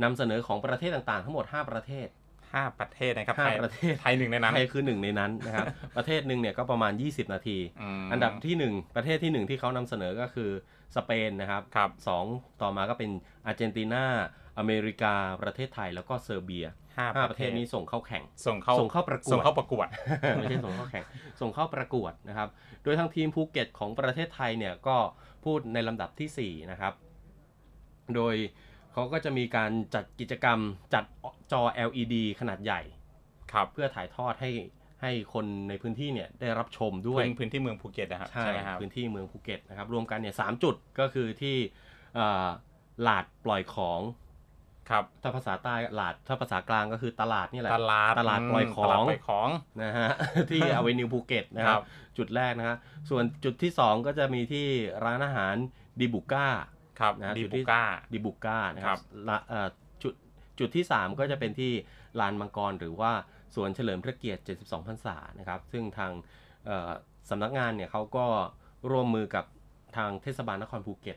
C: นำเสนอของประเทศต่างๆ ทั้งหมด 5 ประเทศ
D: ห้าประเทศนะครับ
C: ห้า
D: ไทย
C: ประเทศ
D: ไทยหนึ่งในนั้น
C: ไทยคือหนึ่งในนั้นนะครับ ประเทศหนึ่งเนี่ยก็ประมาณ 20 นาที
D: ม
C: อันดับที่หนึ่งประเทศที่หนึ่งที่เขานำเสนอก็คือสเปนนะครับ
D: ครับ
C: สองต่อมาก็เป็นอาร์เจนตินาอเมริกาประเทศไทยแล้วก็เซอร์เบีย
D: ห้า
C: ห้าประเทศนี้ส่งเข้าแข่ง
D: ส่งเข้า
C: ส่งเข้าประกวด
D: ส่งเข้าประกวด
C: ไม่ใช่ส่งเข้าแข่งส่งเข้าประกวดนะครับ โดยทางทีมภูเก็ตของประเทศไทยเนี่ยก็พูดในลำดับทีสี่ 4 นะครับ โดยเขาก็จะมีการจัดกิจกรรมจัดจอ LED ขนาดใหญ่
D: ครับ
C: เพื่อถ่ายทอดให้ให้คนในพื้นที่เนี่ยได้รับชมด้วย
D: พื้นพื้นที่เมืองภูเก็ตนะครับ
C: ใช่
D: ไหมครับ
C: พื้นที่เมืองภูเก็ตนะครับ รวมกันเนี่ยสามจุดก็คือที่เอ่อหลาดปล่อยของ
D: ครับ
C: ถ้าภาษาใต้หลาดถ้าภาษากลางก็คือตลาดนี่แหละ
D: ตลาด
C: ตลาดปล่อยของ
D: ตลาดปล่อยของ
C: นะฮ ะ ที่อเวนิวภูเก็ตนะครั
D: ครับ บ
C: จุดแรกนะฮะส่วนจุดที่ 2 ก็จะมีที่ร้านอาหารดิบุก้า
D: ครับ
C: นะ
D: ดี
C: จุด
D: บุ
C: ที่
D: ก้า
C: ดิบุก้านะค
D: ครั
C: รับบ ละเอ่อจุดจุดที่ 3 ก็จะเป็นที่ลานมังกรหรือว่าสวนเฉลิมพระเกียรติ 72 พรรษานะครับ ซึ่งทางเอ่อสำนักงานเนี่ยเขาก็ร่วมมือกับทางเทศบาลนครภูเก็ต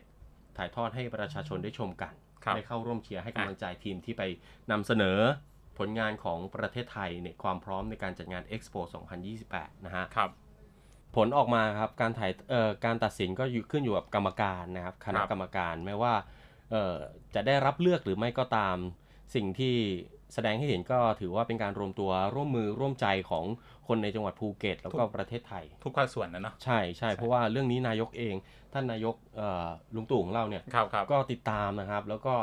C: ถ่ายทอดให้ประชาชนได้ชมกัน
D: ครับ
C: ได้เข้าร่วมเชียร์ให้กำลังใจทีมที่ไปนำเสนอผลงานของประเทศไทยในความพร้อมในการจัดงาน Expo 2028 นะฮะ
D: ครับ
C: ผลออกมาครับการถ่ายเอ่อการตัดสินก็อยู่ขึ้นอยู่กับกรรมการนะครับคณะ
D: ครับ
C: กรรมการไม่ว่าเอ่อจะได้รับเลือกหรือไม่ก็ตาม สิ่งที่แสดงให้เห็นก็ถือว่าเป็นการรวมตัวร่วมมือร่วมใจของคนในจังหวัดภูเก็ต แล้วก็ประเทศไทย
D: ทุกภาคส่วนนะเนาะ
C: ใช่ใช่เพราะว่าเรื่องนี้นายกเอง ท่านนายกเอ่อลุงตู่ของเราเนี่ย
D: ครับครับ
C: ก็ติดตามนะครับ แล้วก็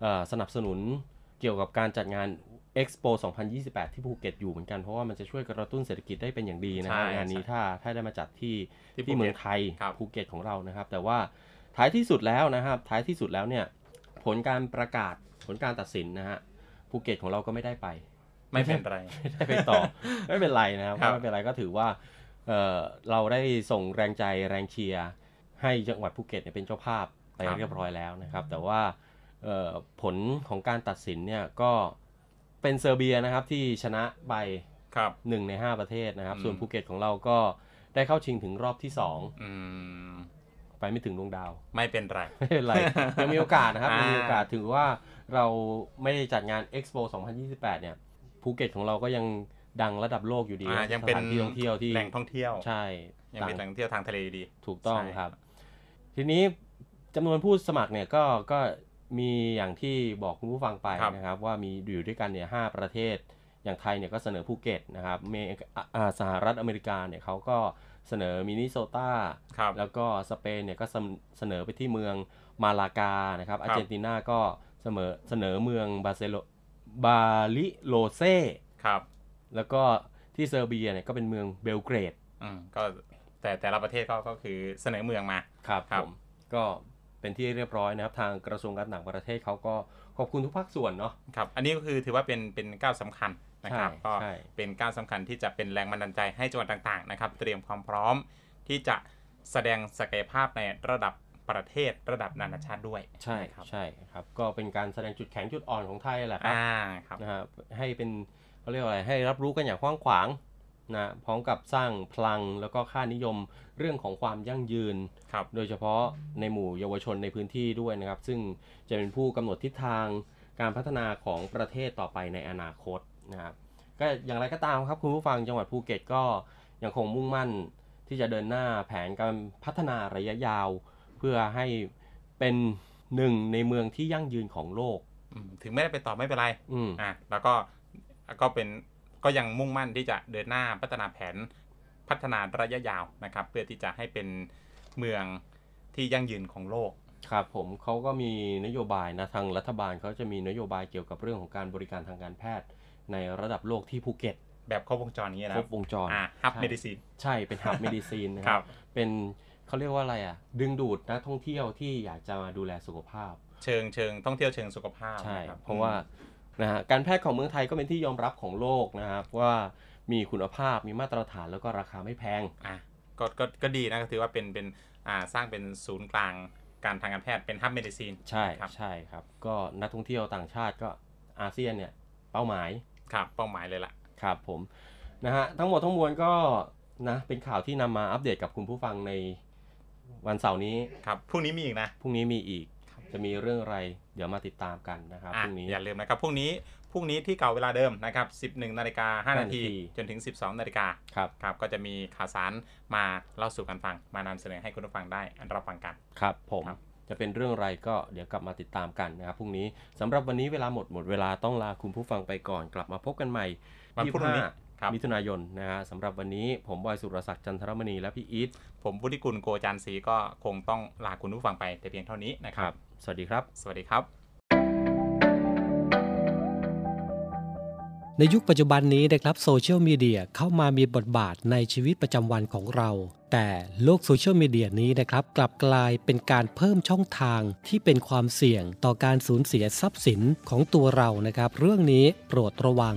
C: เอ่อสนับสนุนเกี่ยวกับการจัดงาน Expo 2028 ที่ภูเก็ตอยู่เหมือนกัน เพราะว่ามันจะช่วยกระตุ้นเศรษฐกิจได้เป็นอย่างดีนะฮะ
D: ใช่
C: งานนี้
D: ใช่
C: ถ้าถ้าได้มาจัดที่
D: ที่
C: ที่
D: ภูเก็ต
C: เมืองไทย
D: ครับ
C: ภูเก็ตของเรานะครับ แต่ว่าท้ายที่สุดแล้วนะครับ ท้ายที่สุดแล้วเนี่ยผลการประกาศผลการตัดสินนะฮะภูเก็ตของเราก็ไม่ได้ไป
D: ไม่เป็นไร
C: ไม่ได้ไปต่ อ ไม่เป็นไรนะครับ
D: ครับ
C: ไม่เป็นไรก็ถือว่าเอ่อเราได้ส่งแรงใจแรงเชียร์ให้จังหวัดภูเก็ตเนี่ยเป็นเจ้าภาพไปเรียบร้อยแล้วนะครับ แต่ว่าเอ่อผลของการตัดสินเนี่ยก็เป็นเซอร์เบียนะครับที่ชนะไป
D: ครับ
C: หนึ่งใน 5 ประเทศนะครับ
D: อืม
C: ส่วนภูเก็ตของเราก็ได้เข้าชิงถึงรอบที่ 2
D: อืม
C: ไปไม่ถึงดวงดาว
D: ไม่เป็นไร
C: ไม่ เป็นไร ยังมีโอกาสนะครับ
D: อ่ายั
C: ยังมีโอกาสถือว่าเราไม่ได้จัดงาน Expo 2028 เนี่ยภูเก็ตของเราก็ยังดังระดับโลกอยู่ดี
D: อ่า
C: นะ
D: ยังเป็น
C: สถานที่ท่องเที่ยวที่
D: แหล่งท่องเที่ยว
C: ใช่
D: ยังเป็นแหล่งท่องเที่ยวทางทะเลอยู่ดี
C: ถูกต้อง
D: ใช่
C: ครับ ทีนี้จำนวนผู้สมัครเนี่ยก็ก็มีอย่างที่บอกคุณผู้ฟังไปนะครับ ว่ามีอยู่ด้วยกันเนี่ยหประเทศ อย่างไทยเนี่ยก็เสนอภูเก็ตนะครับเมอ่าอ่าสหรัฐอเมริกาเนี่ยเขาก็เสนอมินนิโซตา
D: ครับ
C: แล้วก็สเปนเนี่ยก็เสนเสนอไปที่เมืองมาลากานะครับ
D: ครั
C: อา
D: บ
C: ร์เจนตินาก็เสมอเสนอเมืองบาร์เซโลบาลิโลเซ
D: ครับ
C: แล้วก็ที่เซอร์เบียเนี่ยก็เป็นเมืองเบลเกรด
D: อืมก็แต่แต่ละประเทศก็ก็คือเสนอเมืองมา
C: ครับ
D: ครับ
C: ผมก็เป็นที่เรียบร้อยนะครับ ทางกระทรวงการต่างประเทศเขาก็ขอบคุณทุกภาคส่วนเนาะ
D: ครับอันนี้ก็คือถือว่าเป็นเป็นก้าวสำคัญนะครับ
C: ใช่
D: ก็
C: ใช่
D: เป็นก้าวสำคัญที่จะเป็นแรงบันดาลใจให้จังหวัดต่างๆนะครับ เตรียมความพร้อมที่จะแสดงศักยภาพในระดับประเทศระดับนานาชาติด้วย
C: ใช่
D: นะครับ
C: ใช่ครับ ก็เป็นการแสดงจุดแข็งจุดอ่อนของไทยแหละครับ
D: อ่าครับ
C: นะฮะให้เป็นเขาเรียกว่าอะไรให้รับรู้กันอย่างกว้างขวางนะพร้อมกับสร้างพลังแล้วก็ค่านิยมเรื่องของความยั่งยืน
D: ครับ
C: โดยเฉพาะในหมู่เยาวชนในพื้นที่ด้วยนะครับ ซึ่งจะเป็นผู้กำหนดทิศทางการพัฒนาของประเทศต่อไปในอนาคตนะครับก็อย่างไรก็ตามครับคุณผู้ฟังจังหวัดภูเก็ตก็ยังคงมุ่งมั่นที่จะเดินหน้าแผนการพัฒนาระยะยาว เพื่อให้เป็นหนึ่งในเมืองที่ยั่งยืนของโลก
D: อืมถึงไม่ได้ไปต่อไม่เป็นไร
C: อืม
D: อ่ะแล้วก็ก็เป็น ก็ยังมุ่งมั่นที่จะเดินหน้าพัฒนาแผนพัฒนาระยะยาวนะครับ เพื่อที่จะให้เป็นเมืองที่ยั่งยืนของโลก
C: ครับผมเขาก็มีนโยบายนะทางรัฐบาลเขาจะมีนโยบายเกี่ยวกับเรื่องของการบริการทางการแพทย์ ในระดับโลกที่ภูเก็ต
D: แบบครบวงจรอย่างเงี้ยนะ
C: ครบวงจร
D: อ่าฮับ
C: ใช่
D: เมดิซีน
C: ใช่เป็น ฮับเมดิซีนนะค
D: ครั
C: รับ บเป็นเขาเรียกว่าอะไรอ่ะ ดึงดูดนักท่องเที่ยวที่อยากจะมาดูแลสุขภาพ
D: เชิงเชิงท่องเที่ยวเชิงสุขภาพ
C: ใช่
D: นคบ
C: เพราะว่านะฮะการแพทย์ของเมืองไทยก็เป็นที่ยอมรับของโลกนะครับว่ามีคุณภาพมีมาตรฐานแล้วก็ราคาไม่แพง
D: อ่ะก็ก็ก็ดีนะก็ถือว่าเป็นเป็นอ่าสร้างเป็นศูนย์กลางการทางการแพทย์เป็นฮับเมดิซีน
C: ใช่
D: ครับ
C: ใช่ครับ ก็นักท่องเที่ยวต่างชาติก็อาเซียนเนี่ยเป้าหมาย
D: ครับเป้าหมายเลยล่ะ
C: ครับผมนะฮะทั้งหมดทั้งมวลก็นะเป็นข่าวที่นำมาอัปเดตกับคุณผู้ฟังในวันเสาร์นี้
D: ครับพรุ่งนี้มีอีกนะ
C: พรุ่งนี้มีอีก จะมีเรื่องอะไรเดี๋ยวมาติดตามกันนะครับ
D: อ่ะ
C: พรุ่งนี้
D: อย่าลืมนะครับพรุ่งนี้พรุ่งนี้ที่เก่าเวลาเดิมนะครับ 11นาฬิกา5นาที
C: นาที
D: จนถึง 12นาฬิกา
C: ครับ
D: ครับก็จะมีข่าวสารมาเล่าสู่กันฟัง มานำเสนอให้คุณผู้ฟังได้รับฟังกัน
C: ครับผม
D: ครับ
C: จะเป็นเรื่องอะไรก็เดี๋ยวกลับมาติดตามกันนะครับพรุ่งนี้สำหรับวันนี้เวลาหมดหมดเวลาต้องลาคุณผู้ฟังไปก่อนกลับมาพบกันใหม่
D: วันพรุ่งนี้
C: 25
D: ครับ
C: มิถุนายนนะฮะสำหรับวันนี้ผมบอยสุรศักดิ์จันทรมณีและพี่อีท
D: ผมวุฒิกุลโกจันทร์ศรีก็คงต้องลาคุณผู้ฟังไปแต่เพียงเท่านี้นะครับ
C: สวัสดีครับ
D: สวัสดีครับ
F: ในยุคปัจจุบันนี้นะครับโซเชียลมีเดียเข้ามามีบทบาทในชีวิตประจำวันของเรา แต่โลกโซเชียลมีเดียนี้นะครับกลับกลายเป็นการเพิ่มช่องทางที่เป็นความเสี่ยงต่อการสูญเสียทรัพย์สินของตัวเรานะครับ เรื่องนี้โปรดระวัง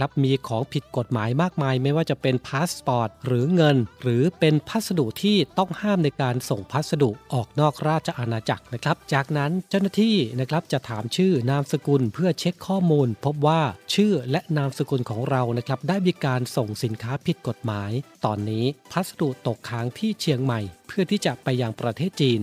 F: รับมีของผิดกฎหมายมากมาย ไม่ว่าจะเป็นพาสปอร์ตหรือเงิน หรือเป็นพัสดุที่ต้องห้ามในการส่งพัสดุออกนอกราชอาณาจักรนะครับ จากนั้นเจ้าหน้าที่นะครับจะถามชื่อนามสกุลเพื่อเช็คข้อมูล พบว่าชื่อและนามสกุลของเรานะครับได้มีการส่งสินค้าผิดกฎหมาย ตอนนี้พัสดุตกค้างที่เชียงใหม่ เพื่อที่จะไปยังประเทศจีน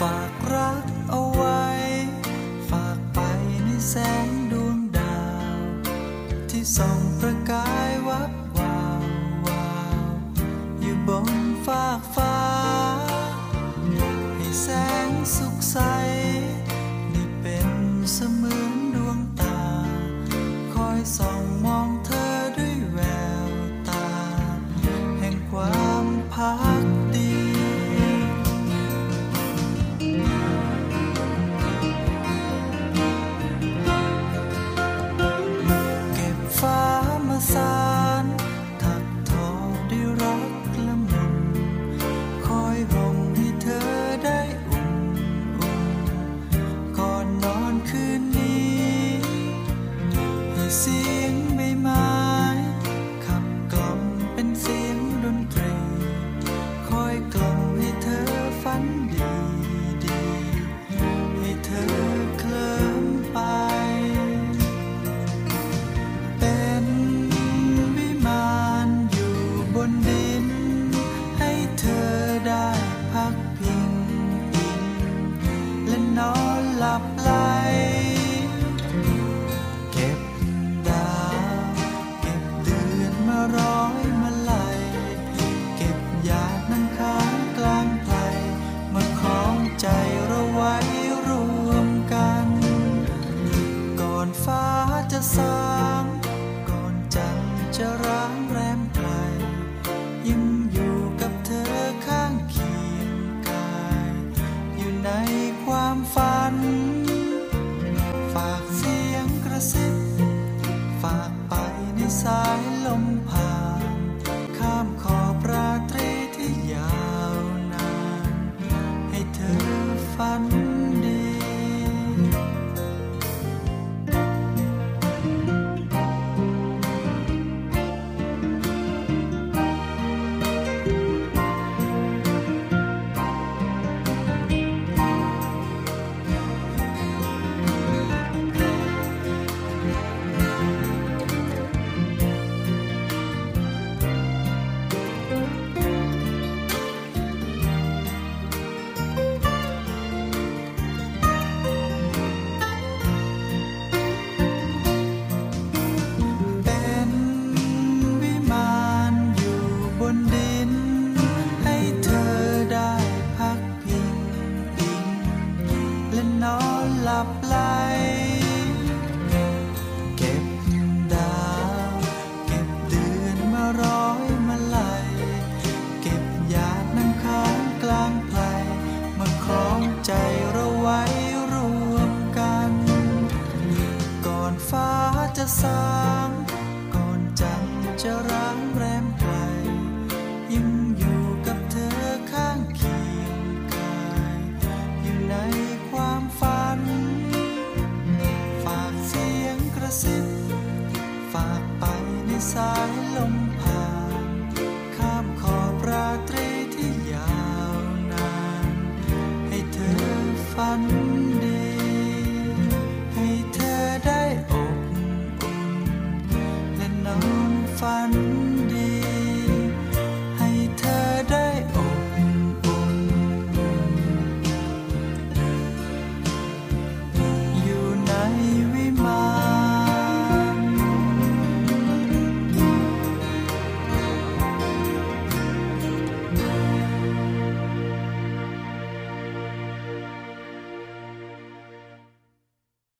E: ฝากรักเอาไว้ ฝากไปในแสงดวงดาว ที่ส่องประกายวับวาววาวอยู่บนฟากฟ้า ให้แสงสุขใสได้เป็นเสมือนดวงตา คอยส่องมองเธอด้วยแววตา แห่งความพักดี เก็บฟ้ามาสานถักทอด้วยรักละมุนคอยห่มให้เธอได้อุ่นอุ่นก่อนนอนคืนนี้ ให้เสียงใบไม้ขับ ยิ้มอยู่กับเธอข้างเคียงกาย อยู่ในความฝัน ฝากเสียงกระซิบ ฝากไปในสายลมผ่าน ข้ามขอบราตรีที่ยาวนาน ให้เธอฝันดี เป็นวิมานอยู่บนดิน ให้เธอได้พักพิงอิงและนอนหลับไหล เก็บดาว เก็บเดือนมาร้อยมาไหลยเก็บหยาดน้ำค้างกลางไพรมาคล้องใจเราไว้รวมกัน ก่อนฟ้าจะสาง ก่อนจันทร์จะร้างแรมไกลยิ้มอยู่กับเธอข้างเคียงกาย อยู่ในความฝัน ฝากเสียงกระซิบ ฝากไปในสายลมผ่าน ข้ามขอบราตรีที่ยาวนาน ให้เธอฝันดี ให้เธอได้อบอุ่นและนอนฝัน